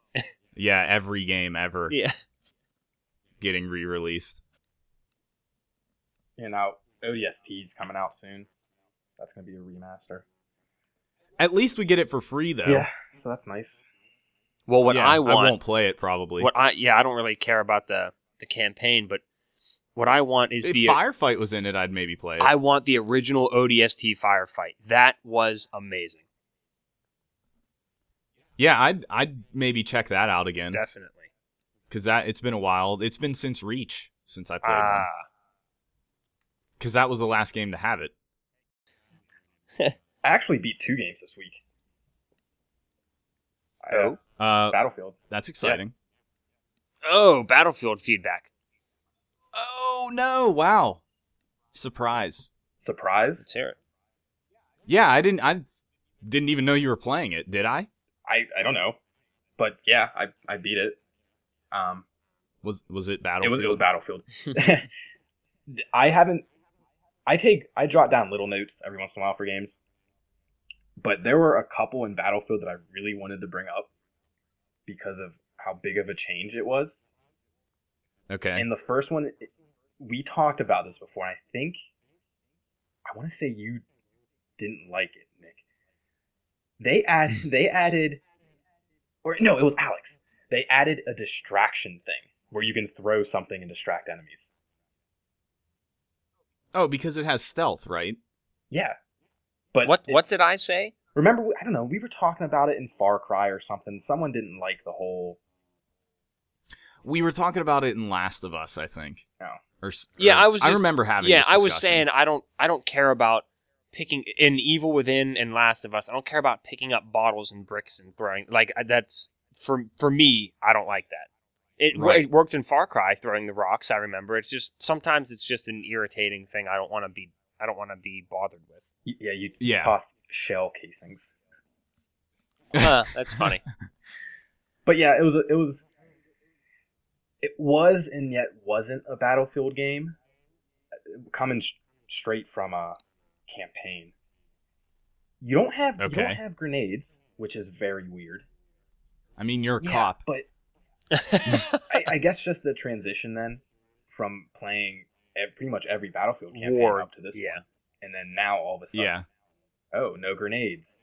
Yeah, every game ever
Yeah.
getting re-released.
you know, ODST's coming out soon. That's gonna be a remaster.
At least we get it for free though.
so that's nice.
Well, what
Yeah,
I want,
won't play it probably.
what I yeah, I don't really care about the the campaign, but what I want is
if
the
Firefight was in it, I'd maybe play it.
I want the original ODST firefight. That was amazing.
yeah, I'd I'd maybe check that out again
Definitely.
because that it's been a while. It's been since Reach since I played
Ah,
one because that was the last game to have it.
I actually beat two games this week. I, uh,
Uh,
Battlefield.
that's exciting.
oh, battlefield feedback.
Oh no! Wow, surprise.
Surprise.
Let's hear it.
Yeah, I didn't I didn't even know you were playing it. Did I?
I, I don't know, but yeah, I, I beat it. Um,
Was was it
it was
Battlefield?
it was Battlefield. I haven't. I take I jot down little notes every once in a while for games, but there were a couple in Battlefield that I really wanted to bring up because of how big of a change it was.
okay.
And the first one, it- we talked about this before. And I think I want to say you didn't like it, Nick. They add they added, or no, it was Alex. They added a distraction thing where you can throw something and distract enemies.
oh, because it has stealth, right?
Yeah, but
What
it-
what did I say?
Remember, I don't know. We were talking about it in Far Cry or something. Someone didn't like the whole.
We were talking about it in Last of Us, I think.
Oh.
Or, s-
Yeah,
or-
I was
I
just-
remember having.
yeah
this
i was
discussion.
saying i don't i don't care about picking in evil within and last of us i don't care about picking up bottles and bricks and throwing like I- that's for for me i don't like that it, wo-
Right.
it worked in far cry throwing the rocks i remember it's just sometimes it's just an irritating thing i don't want to be i don't want to be bothered with
y- Yeah, you
Yeah.
toss shell casings.
Huh, that's funny
But yeah, it was it was it was and yet wasn't a battlefield game uh, coming sh- straight from a campaign. You don't have you
Okay.
don't have grenades, which is very weird.
I mean, you're a
Yeah,
cop.
but I, I guess just the transition then from playing ev- pretty much every battlefield campaign
War,
up to this
yeah.
one, and then now all of a sudden,
Yeah.
oh, no grenades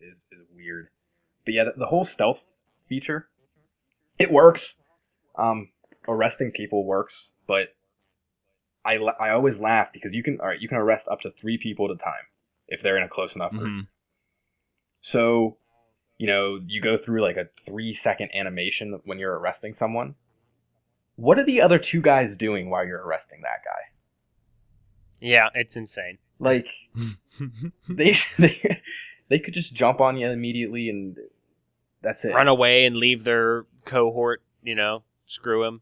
is, is weird. But yeah, the, the whole stealth feature, it works. Um, arresting people works, but I, la- I always laugh because you can all right, you can arrest up to three people at a time if they're in a close enough group.
Mhm.
So, you know, you go through like a three second animation when you're arresting someone. What are the other two guys doing while you're arresting that guy?
yeah it's insane
Like
Mm-hmm.
they they, they could just jump on you immediately and that's it.
run away and leave their cohort you know screw him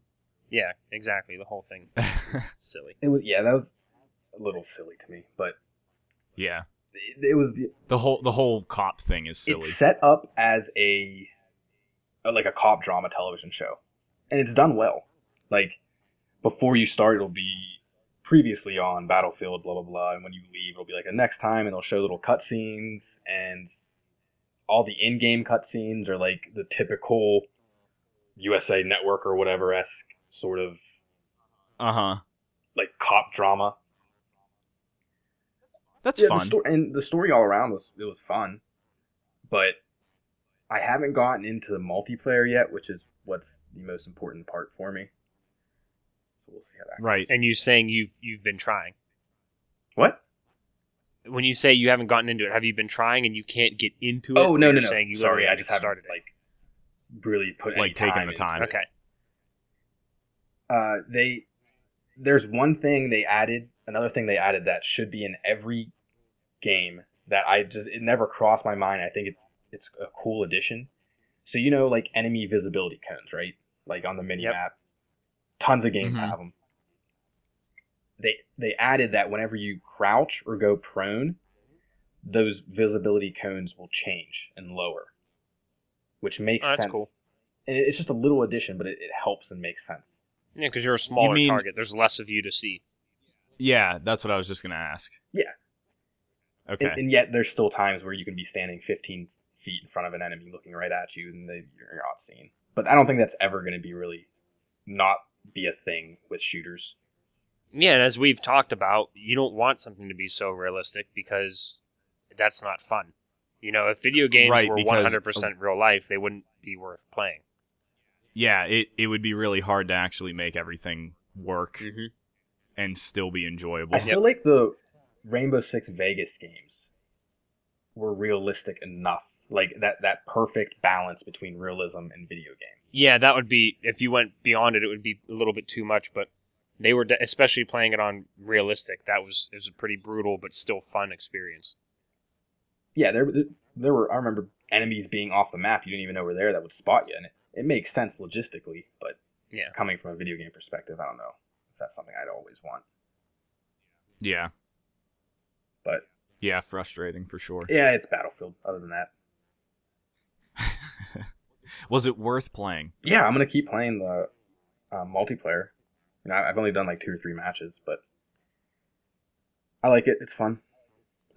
yeah exactly the whole thing silly
It was yeah, that was a little silly to me, but
Yeah.
it, it was the,
The whole the whole cop thing is silly.
it's set up as a, a like a cop drama television show, and it's done well. Like before you start, it'll be previously on Battlefield, blah blah blah, and when you leave, it'll be like a next time, and they'll show little cutscenes, and all the in-game cutscenes are like the typical USA Network or whatever esque sort of
Uh huh.
like cop drama.
That's
the
fun.
sto- and the story all around was it was fun, but I haven't gotten into the multiplayer yet, which is what's the most important part for me. So we'll see how that.
Right.
And you saying you've you've been trying.
What?
When you say you haven't gotten into it, have you been trying and you can't get into it?
Oh
Or
no
you're
no no!
Saying you
Sorry,
literally
I just haven't
started
like really put any
Like taking the
into
time.
it. Okay.
uh, they there's one thing they added, another thing they added that should be in every game that I just it never crossed my mind. I think it's it's a cool addition. So you know, like enemy visibility cones, right? Like on the mini
Yep. Mm-hmm.
map, tons of games
Mhm.
have them. They they added that whenever you crouch or go prone, those visibility cones will change and lower, which makes
Oh, that's
sense.
cool.
And it- it's just a little addition, but it, it helps and makes sense.
Yeah, because you're a smaller
mean-
target. There's less of you to see.
Yeah, that's what I was just gonna ask.
Yeah.
Okay.
And, and yet, there's still times where you can be standing 15 feet in front of an enemy looking right at you, and they, you're not seen. But I don't think that's ever going to be really not be a thing with shooters.
Yeah, and as we've talked about, you don't want something to be so realistic because that's not fun. You know, if video games
Right,
were
because-
100% real life, they wouldn't be worth playing.
yeah, it it would be really hard to actually make everything work
Mm-hmm.
and still be enjoyable.
Mm. I feel like the Rainbow Six Vegas games were realistic enough, like that that perfect balance between realism and video game.
Yeah, that would be if you went beyond it, it would be a little bit too much. But they were, de- especially playing it on realistic. That was it was a pretty brutal but still fun experience.
Yeah, there there were I remember enemies being off the map you didn't even know were there that would spot you, and it, it makes sense logistically, but
Yeah.
coming from a video game perspective, I don't know if that's something I'd always want.
yeah.
But-
yeah, frustrating for sure.
Yeah, it's Battlefield. Other than that,
Was it worth playing?
yeah, I'm gonna keep playing the uh, multiplayer. You know, I- I've only done like two or three matches, but I like it. It's fun.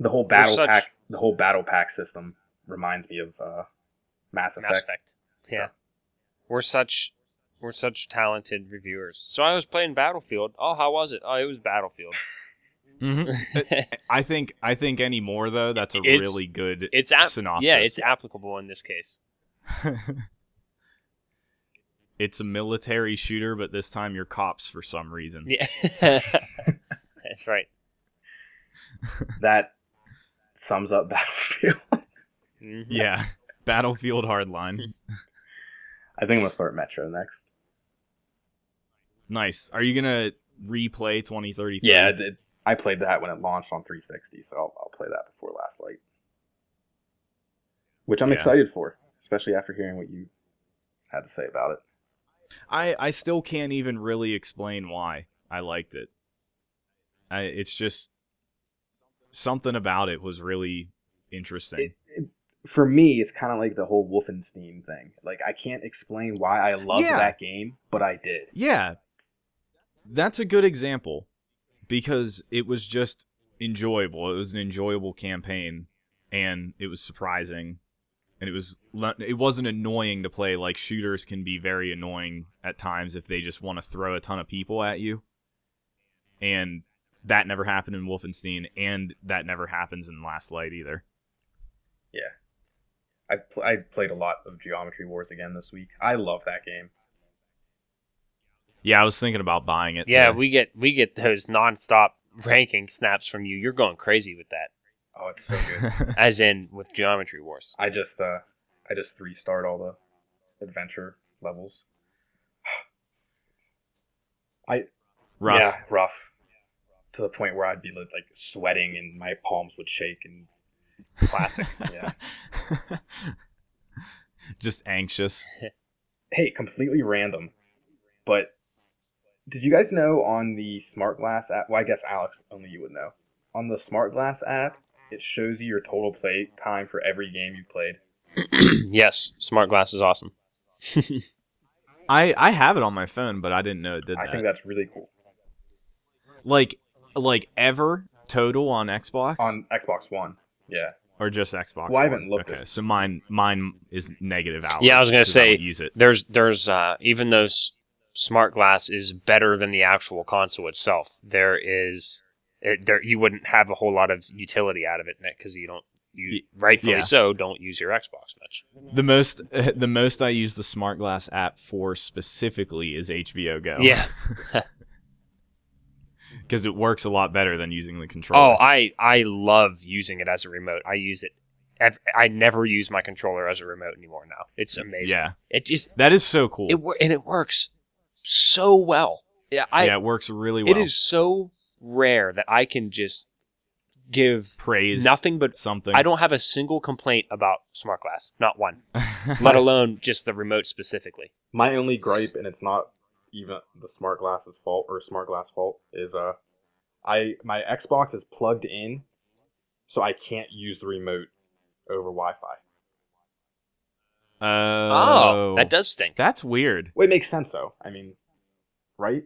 The whole
There's
battle
such-
pack, the whole battle pack system reminds me of uh, Mass Effect.
Mass Effect. Yeah,
So-
we're such we're such talented reviewers. So I was playing Battlefield. Oh, how was it? Oh, it was Battlefield.
Mm-hmm. I think I think any more though, that's a
It's-
really good
it's ap-
synopsis.
yeah, it's applicable in this case.
it's a military shooter, but this time you're cops for some reason.
Yeah, that's right.
That sums up Battlefield.
Mhm.
Yeah. Battlefield Hardline.
I think I'm gonna start Metro next.
nice. Are you gonna replay 2033?
Yeah, it, it- I played that when it launched on 360, so I'll, I'll play that before Last Light, which I'm
Yeah.
excited for, especially after hearing what you had to say about it.
I I still can't even really explain why I liked it. I it's just something about it was really interesting.
It, it, for me, it's kind of like the whole Wolfenstein thing. Like I can't explain why I loved
Yeah.
that game, but I did.
Yeah. That's a good example because it was just enjoyable. It was an enjoyable campaign and it was surprising and it was le- it wasn't annoying to play like shooters can be very annoying at times if they just want to throw a ton of people at you. And that never happened in Wolfenstein and that never happens in Last Light either.
I pl- I played a lot of Geometry Wars again this week. I love that game.
Yeah, I was thinking about buying it.
Yeah,
today.
we get we get those nonstop ranking snaps from you. You're going crazy with that,
Oh, it's so good.
as in with Geometry Wars.
I just uh I just three starred all the adventure levels.
rough.
Yeah, rough. To the point where I'd be like like, sweating and my palms would shake and
Classic.
yeah.
just anxious.
hey, completely random, but Did you guys know on the smart glass app? Well, I guess Alex, only you would know. On the smart glass app, it shows you your total play time for every game you played.
yes, smart glass is awesome.
I I have it on my phone, but I didn't know it did
I
that.
think that's really cool.
like like ever total on Xbox
On Xbox One, yeah,
or just Xbox.
Well, I
One?
haven't looked
Okay,
at-
so mine mine is negative hours.
Yeah, I was gonna
'cause I
say-
don't use it.
There's there's uh, even though s- smart glass is better than the actual console itself, there is it, there you wouldn't have a whole lot of utility out of it because you don't you rightfully
yeah.
so don't use your Xbox much.
The most the most I use the smart glass app for specifically is HBO Go.
Yeah.
because it works a lot better than using the controller.
Oh, I I love using it as a remote. I use it. ev- I never use my controller as a remote anymore now. It's amazing.
yeah,
It just
that is so cool.
it wor- and it works so well. Yeah, I
yeah, it works really well.
it is so rare that I can just give
praise
nothing but
something.
I don't have a single complaint about smart glass, not one, let alone just the remote specifically.
My only gripe, and it's not even the smart glass's fault or smart glass fault, is uh, I my Xbox is plugged in, so I can't use the remote over Wi-Fi.
oh,
that does stink.
that's weird.
Well, it makes sense though. I mean, right?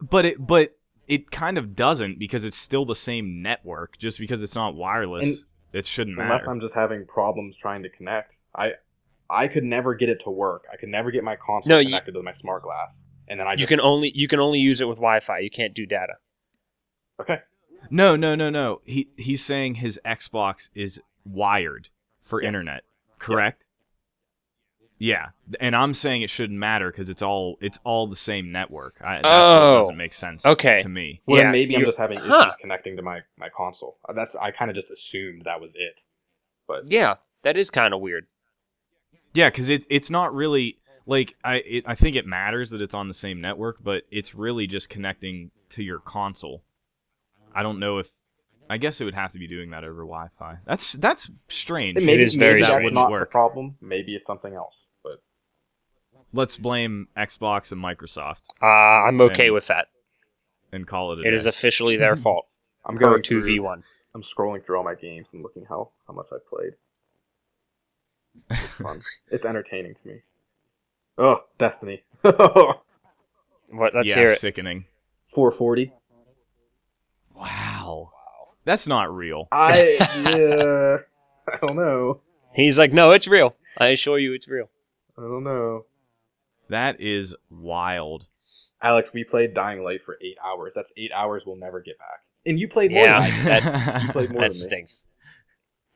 But it but it kind of doesn't because it's still the same network. Just because it's not wireless, it shouldn't
Unless
matter.
I'm just having problems trying to connect. I I could never get it to work. I could never get my console
No, you-
connected to my smart glass, and then I
you
just,
can only you can only use it with Wi-Fi. You can't do data.
okay.
no, no, no, no. He he's saying his Xbox is wired for
Yes.
internet, correct? Yeah, and I'm saying it shouldn't matter because it's all it's all the same network. I, that's what
Oh.
doesn't make sense.
Okay.
to me.
Well,
Yeah,
then maybe I'm
you-
just having issues
Huh.
connecting to my my console. Uh, That's I kind of just assumed that was it. But
Yeah, that is kind of weird.
Yeah, because it, it's not really like I it, I think it matters that it's on the same network, but it's really just connecting to your console. I don't know if I guess it would have to be doing that over Wi-Fi. That's that's strange.
And maybe,
is very
maybe that's
strange.
not
Work.
the problem. Maybe it's something else. But
Let's blame Xbox and Microsoft
Uh, I'm okay
And
with that.
and call it. A
It is
day.
officially their fault.
I'm
Per
going
two
through-
v one.
I'm scrolling through all my games and looking how how much I played. It's fun. it's entertaining to me. Oh, Destiny.
What? Let's
yeah,
hear it.
sickening.
440.
Wow, that's not real.
I yeah. I don't know.
He's like, no, it's real. I assure you, it's real.
I don't know.
That is wild.
Alex, we played Dying Light for eight hours. That's eight hours we'll never get back. And you played more.
Yeah.
Than I did.
that,
played more
That
than me.
stinks.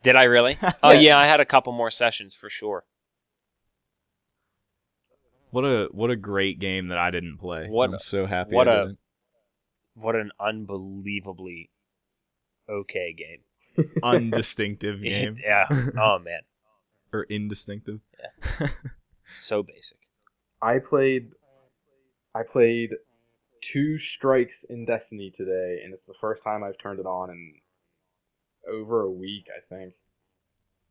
Did I really? Oh
Yeah.
yeah, I had a couple more sessions for sure.
What a what a great game that I didn't play.
What
I'm
a-
so happy.
what
I
a-
didn't.
What an unbelievably okay game.
undistinctive game
yeah. Oh man,
or indistinctive.
so basic.
I played. I played two strikes in Destiny today, and it's the first time I've turned it on in over a week, I think.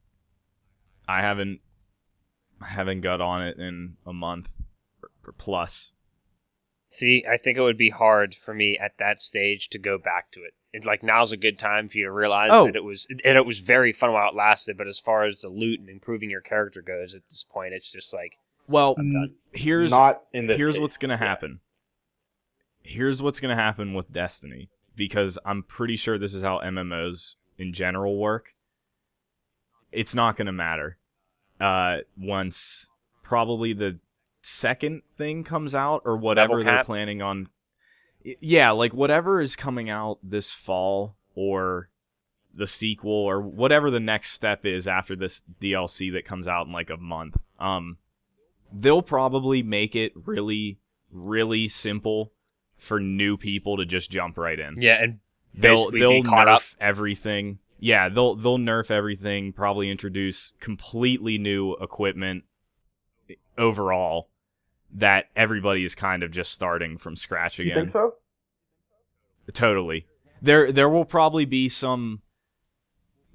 I haven't I haven't got on it in a month or, or plus.
See, I think it would be hard for me at that stage to go back to it. it like now's a good time for you to realize
Oh.
that it was and it was very fun while it lasted. But as far as the loot and improving your character goes, at this point, it's just like
Well,
I'm done.
Mm, here's
Not in this.
here's
case.
what's gonna happen. Here's what's gonna happen with Destiny because I'm pretty sure this is how MMOs in general work. It's not gonna matter uh, once probably the second thing comes out or whatever they're
cap?
planning on. Y- Yeah, like whatever is coming out this fall or the sequel or whatever the next step is after this DLC that comes out in like a month. Um they'll probably make it really really simple for new people to just jump right in.
yeah, and
They'll
basically
they'll
be caught
nerf
up.
everything. Yeah, they'll they'll nerf everything, probably introduce completely new equipment overall that everybody is kind of just starting from scratch
You
again.
think so?
Totally. There there will probably be some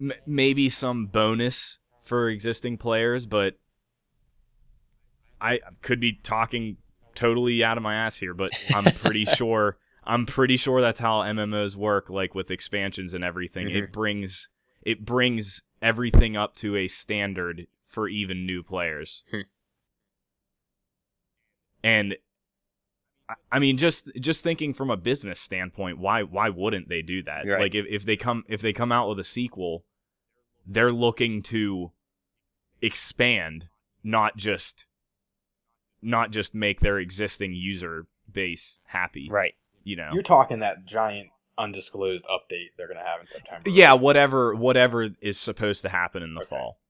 m- maybe some bonus for existing players, but I could be talking totally out of my ass here, but I'm pretty sure I'm pretty sure that's how MMOs work, like with expansions and everything. It brings it brings everything up to a standard for even new players.
Hmm.
And I- I mean, just just thinking from a business standpoint, why why wouldn't they do that?
Right.
Like if, if they come if they come out with a sequel, they're looking to expand, not just not just make their existing user base happy.
Right.
You know.
You're talking that giant undisclosed update they're gonna have in September.
yeah, whatever whatever is supposed to happen in the
Okay.
fall.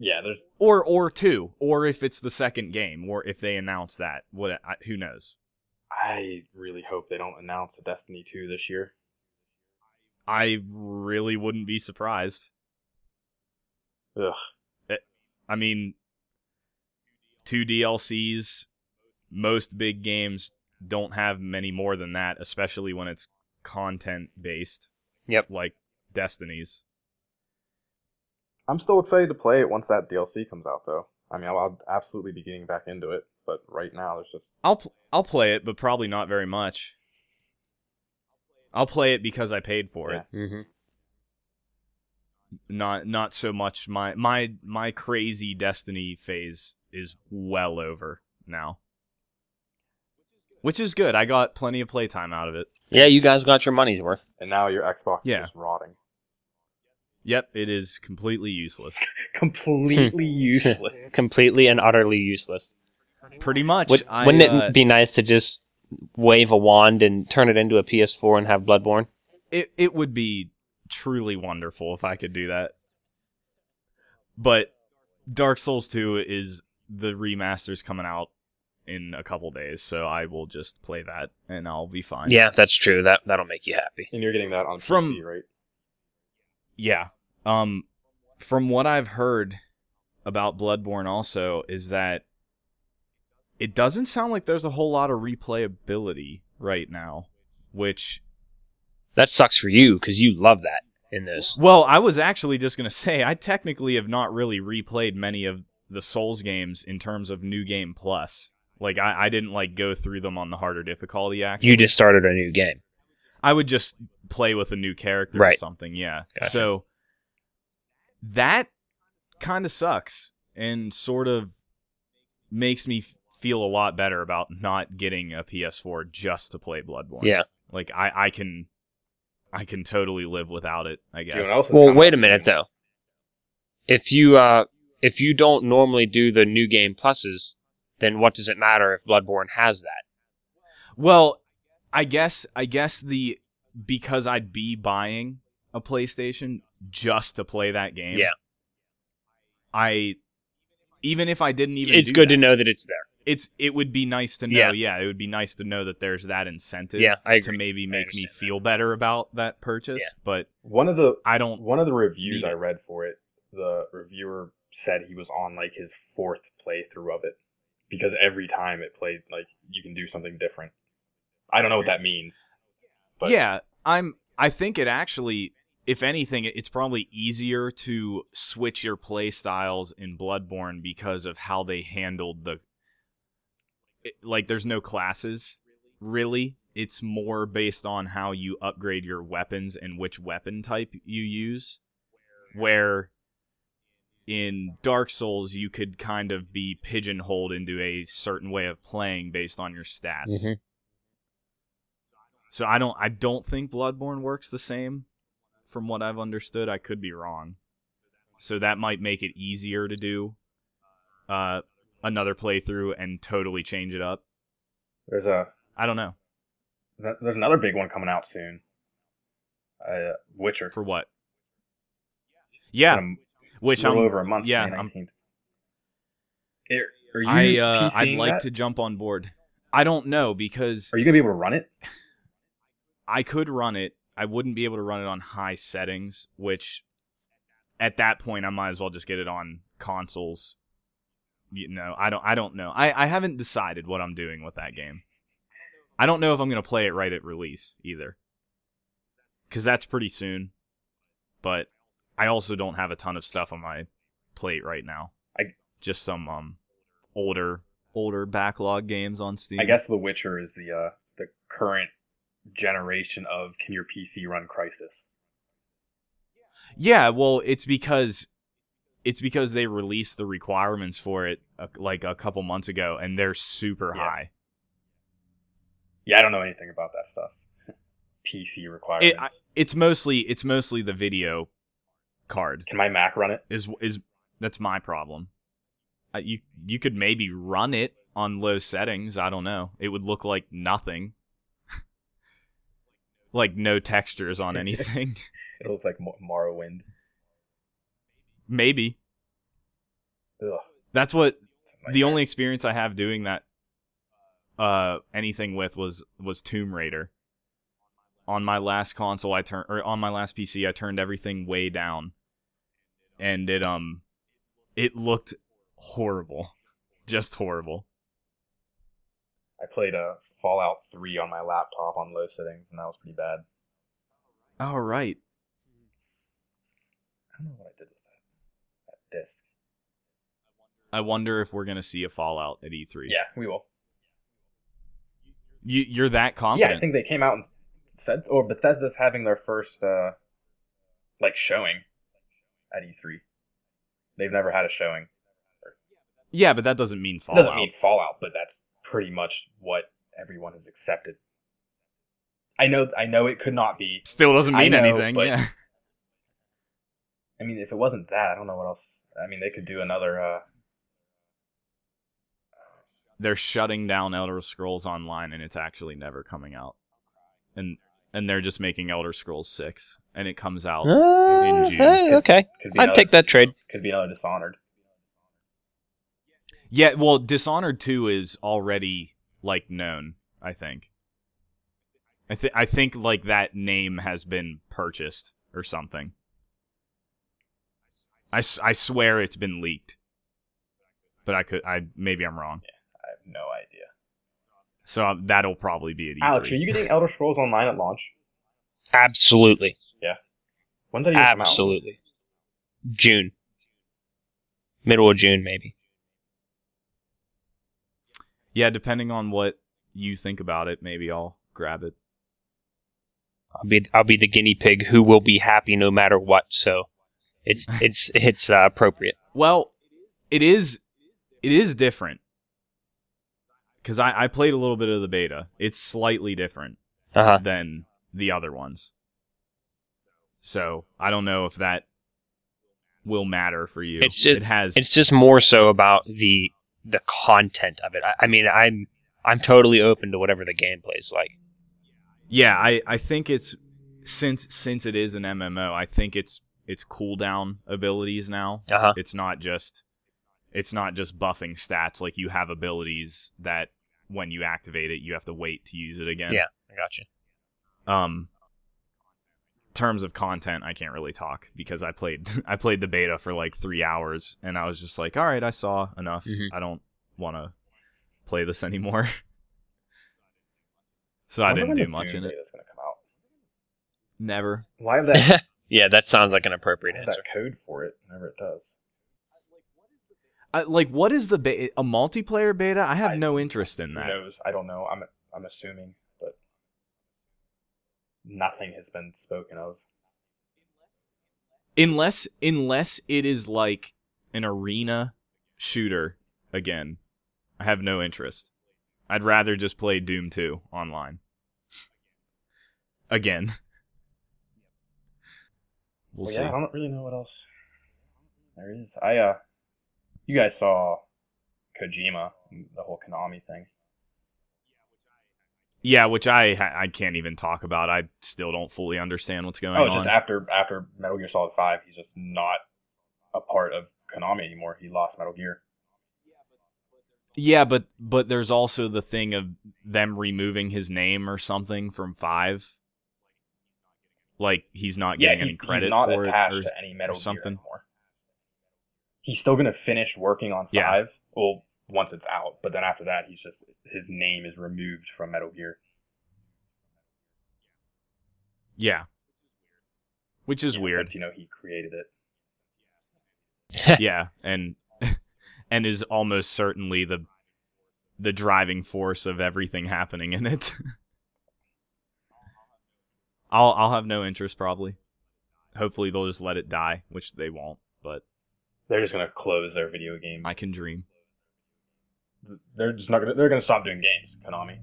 yeah. There's
or or two, or if it's the second game, or if they announce that, what I, who knows?
I really hope they don't announce a Destiny 2 this year.
I really wouldn't be surprised. Eh,
Ugh.
I mean, two DLCs, most big games don't have many more than that, especially when it's content based.
Yep.
like Destiny's.
I'm still excited to play it once that DLC comes out, though. I mean, I'll, I'll absolutely be getting back into it, but right now there's just
I'll pl- I'll play it, but probably not very much. I'll play it because I paid for it.
Yeah.
Mm-hmm.
not not so much my my my crazy destiny phase is well over now which is good i got plenty of playtime out of it
Yeah, you guys got your money's worth.
and now your Xbox
Yeah.
is just rotting,
yep it is completely useless
completely
Hmm.
useless.
Completely and utterly useless.
pretty much
Would,
I,
wouldn't
uh,
it be nice to just wave a wand and turn it into a PS4 and have Bloodborne?
it, it would be truly wonderful if i could do that but dark souls 2 is the remasters coming out in a couple days so i will just play that and i'll be fine
Yeah, that's true. That that'll make you happy.
and you're getting that on
From-
PC, right?
Yeah. Um from what I've heard about Bloodborne also is that it doesn't sound like there's a whole lot of replayability right now, which
That sucks for you because you love that in this.
well, I was actually just going to say I technically have not really replayed many of the Souls games in terms of new game plus. Like I, I didn't like go through them on the harder difficulty actually.
You just started a new game.
I would just play with a new character or
Right.
something. Yeah.
Gotcha.
So that kind of sucks and sort of makes me f- feel a lot better about not getting a PS4 just to play Bloodborne.
Yeah.
Like I, I can, I can totally live without it. I guess.
Everyone else is
Well,
kinda
wait a
like-
minute though. If you uh, if you don't normally do the new game pluses, then what does it matter if Bloodborne has that?
Well, I guess I guess the because I'd be buying a PlayStation just to play that game.
Yeah.
I even if I didn't even
it's
do
good
that,
to know that it's there.
It's it would be nice to know. Yeah.
Yeah.
it would be nice to know that there's that incentive
Yeah, I
to
agree.
maybe make me
understand that.
feel better about that purchase,
Yeah.
but
One of the
I don't
one of the reviews
Need it.
I read for it, the reviewer said he was on like his fourth playthrough of it because every time it plays, like you can do something different. I don't know what that means. But-
yeah, I'm. I think it actually, if anything, it's probably easier to switch your play styles in Bloodborne because of how they handled the. it- like, there's no classes, really. It's more based on how you upgrade your weapons and which weapon type you use. Where in Dark Souls, you could kind of be pigeonholed into a certain way of playing based on your stats. So I don't I don't think Bloodborne works the same from what I've understood. I could be wrong. So that might make it easier to do uh another playthrough and totally change it up.
There's a
I don't know.
th- there's another big one coming out soon. Uh, Witcher.
For what? Yeah,
Um,
which
little
I'm
over a month.
yeah,
May
I'm-
19th. Are- are
I
you
uh I'd
PCing
like
that?
to jump on board. I don't know because
Are you gonna be able to run it?
I could run it. I wouldn't be able to run it on high settings, which at that point I might as well just get it on consoles. You know, I don't I don't know. I, I haven't decided what I'm doing with that game. I don't know if I'm going to play it right at release either. Cuz that's pretty soon. But I also don't have a ton of stuff on my plate right now.
I-
just some um older older backlog games on Steam.
I guess The Witcher is the uh, the current generation of can your PC run Crisis?
Yeah, well, it's because it's because they released the requirements for it uh, like a couple months ago, and they're super
Yeah.
high.
Yeah, I don't know anything about that stuff. PC requirements.
It, I, it's mostly it's mostly the video card
Can my Mac run it?
is is that's my problem. Uh, you you could maybe run it on low settings. I don't know. It would look like nothing, like no textures on anything.
It'll look like Mo- Morrowind.
maybe
Ugh.
that's what
Like
the only experience I have doing that uh anything with was was Tomb Raider. On my last console I turned or on my last PC I turned everything way down. And it um it looked horrible. Just horrible.
I played uh, Fallout 3 on my laptop on low settings, and that was pretty bad.
All right.
I don't know what I did with that. That disc.
I wonder if we're going to see a Fallout at E3.
Yeah, we will.
You you're that
Yeah,
confident.
I think they came out and said, or Bethesda's having their first uh, like showing at E3. They've never had a showing.
Yeah, but that doesn't mean
It
Fallout.
Doesn't mean Fallout, but that's pretty much what everyone has accepted. I know, I know, it could not be.
Still doesn't
I
mean
know,
anything.
but-
Yeah.
I mean, if it wasn't that, I don't know what else. I mean, they could do another. Uh,
they're shutting down Elder Scrolls Online and it's actually never coming out. And and they're just making Elder Scrolls 6 and it comes out. in June.
Uh, hey, okay,
could be.
I'd
another-
take that trade.
Could be another Dishonored.
Yeah, well, Dishonored 2 is already like known, I think. I think I think like that name has been purchased or something. I, s- I swear it's been leaked. But I could I maybe I'm wrong.
I have no idea.
So um, that'll probably be at E E3.
Alex, are you getting Elder Scrolls Online at launch?
Absolutely,
When's that even come out?
absolutely. June, middle of June, maybe.
yeah, depending on what you think about it, maybe I'll grab it.
I'll be I'll be the guinea pig who will be happy no matter what. So, it's it's it's uh, appropriate.
Well, it is it is different. Cause I, I played a little bit of the beta. It's slightly different
Uh huh.
than the other ones. So I don't know if that will matter for you.
It's just-
it has
It's just more so about the the content of it. I, I mean, I'm I'm totally open to whatever the gameplay is like.
Yeah, I, I think it's since since it is an MMO, I think it's it's cooldown abilities now.
Uh huh.
it's not just it's not just buffing stats like you have abilities that when you activate it you have to wait to use it again
Yeah. I gotcha.
um terms of content i can't really talk because i played i played the beta for like three hours and i was just like all right i saw enough
Mhm.
i don't want to play this anymore so i,
wonder
didn't
when
do
the
much
Doom
in it
beta's gonna come out.
never
Why have that,
Yeah, that sounds like an
why
appropriate
have
answer.
that code for it? Whenever it does.
I, like what is the beta a multiplayer beta i have
I-
no interest in
Who
that
knows? I don't know. I'm I'm assuming, but nothing has been spoken of.
unless unless it is like an arena shooter again i have no interest i'd rather just play doom 2 online again we'll
Well,
see
yeah, I don't really know what else there is. I uh, you guys saw Kojima, and the whole Konami thing.
yeah which i ha- i can't even talk about i still don't fully understand what's going
Oh, it's
on
just after after Metal Gear Solid Five, he's just not a part of Konami anymore. He lost Metal Gear.
yeah but but there's also the thing of them removing his name or something from 5 like he's not
yeah,
getting
he's,
any credit
he's not
for it
attached
or
to any Metal Gear
something.
anymore. He's still gonna finish working on
Yeah.
five. Well, once it's out, but then after that, he's just his name is removed from Metal Gear.
Yeah. Which is
in a
weird.
sense, you know, he created it.
yeah, and and is almost certainly the the driving force of everything happening in it. I'll I'll have no interest probably. Hopefully they'll just let it die, which they won't, but
They're just gonna close their video game.
I can dream.
They're just not gonna. They're gonna stop doing games. Konami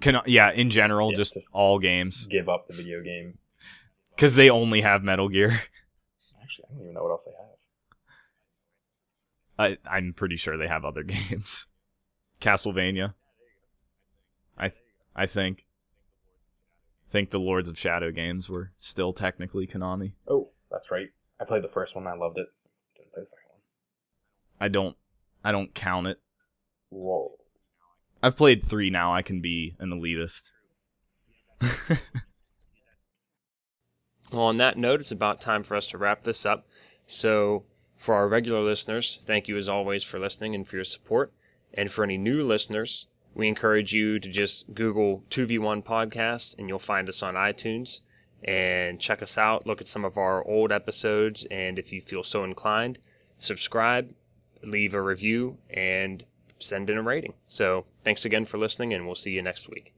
Can yeah, in general,
Yeah,
just
just-
all games
give up the video game.
cuz they only have Metal Gear.
Actually, I don't even know what else they
I
have.
I'm pretty sure they have other games. Castlevania. I th- I think think the Lords of Shadow games were still technically Konami.
Oh, that's right. I played the first one. I loved it. Didn't play the second one.
I don't I don't count it.
Whoa.
I've played 3 now. I can be an elitist.
Well, on that note, it's about time for us to wrap this up. So, for our regular listeners, thank you as always for listening and for your support. And for any new listeners, we encourage you to just Google 2v1 podcast and you'll find us on iTunes. And check us out, look at some of our old episodes, and if you feel so inclined, subscribe, leave a review, and send in a rating. So, thanks again for listening, and we'll see you next week.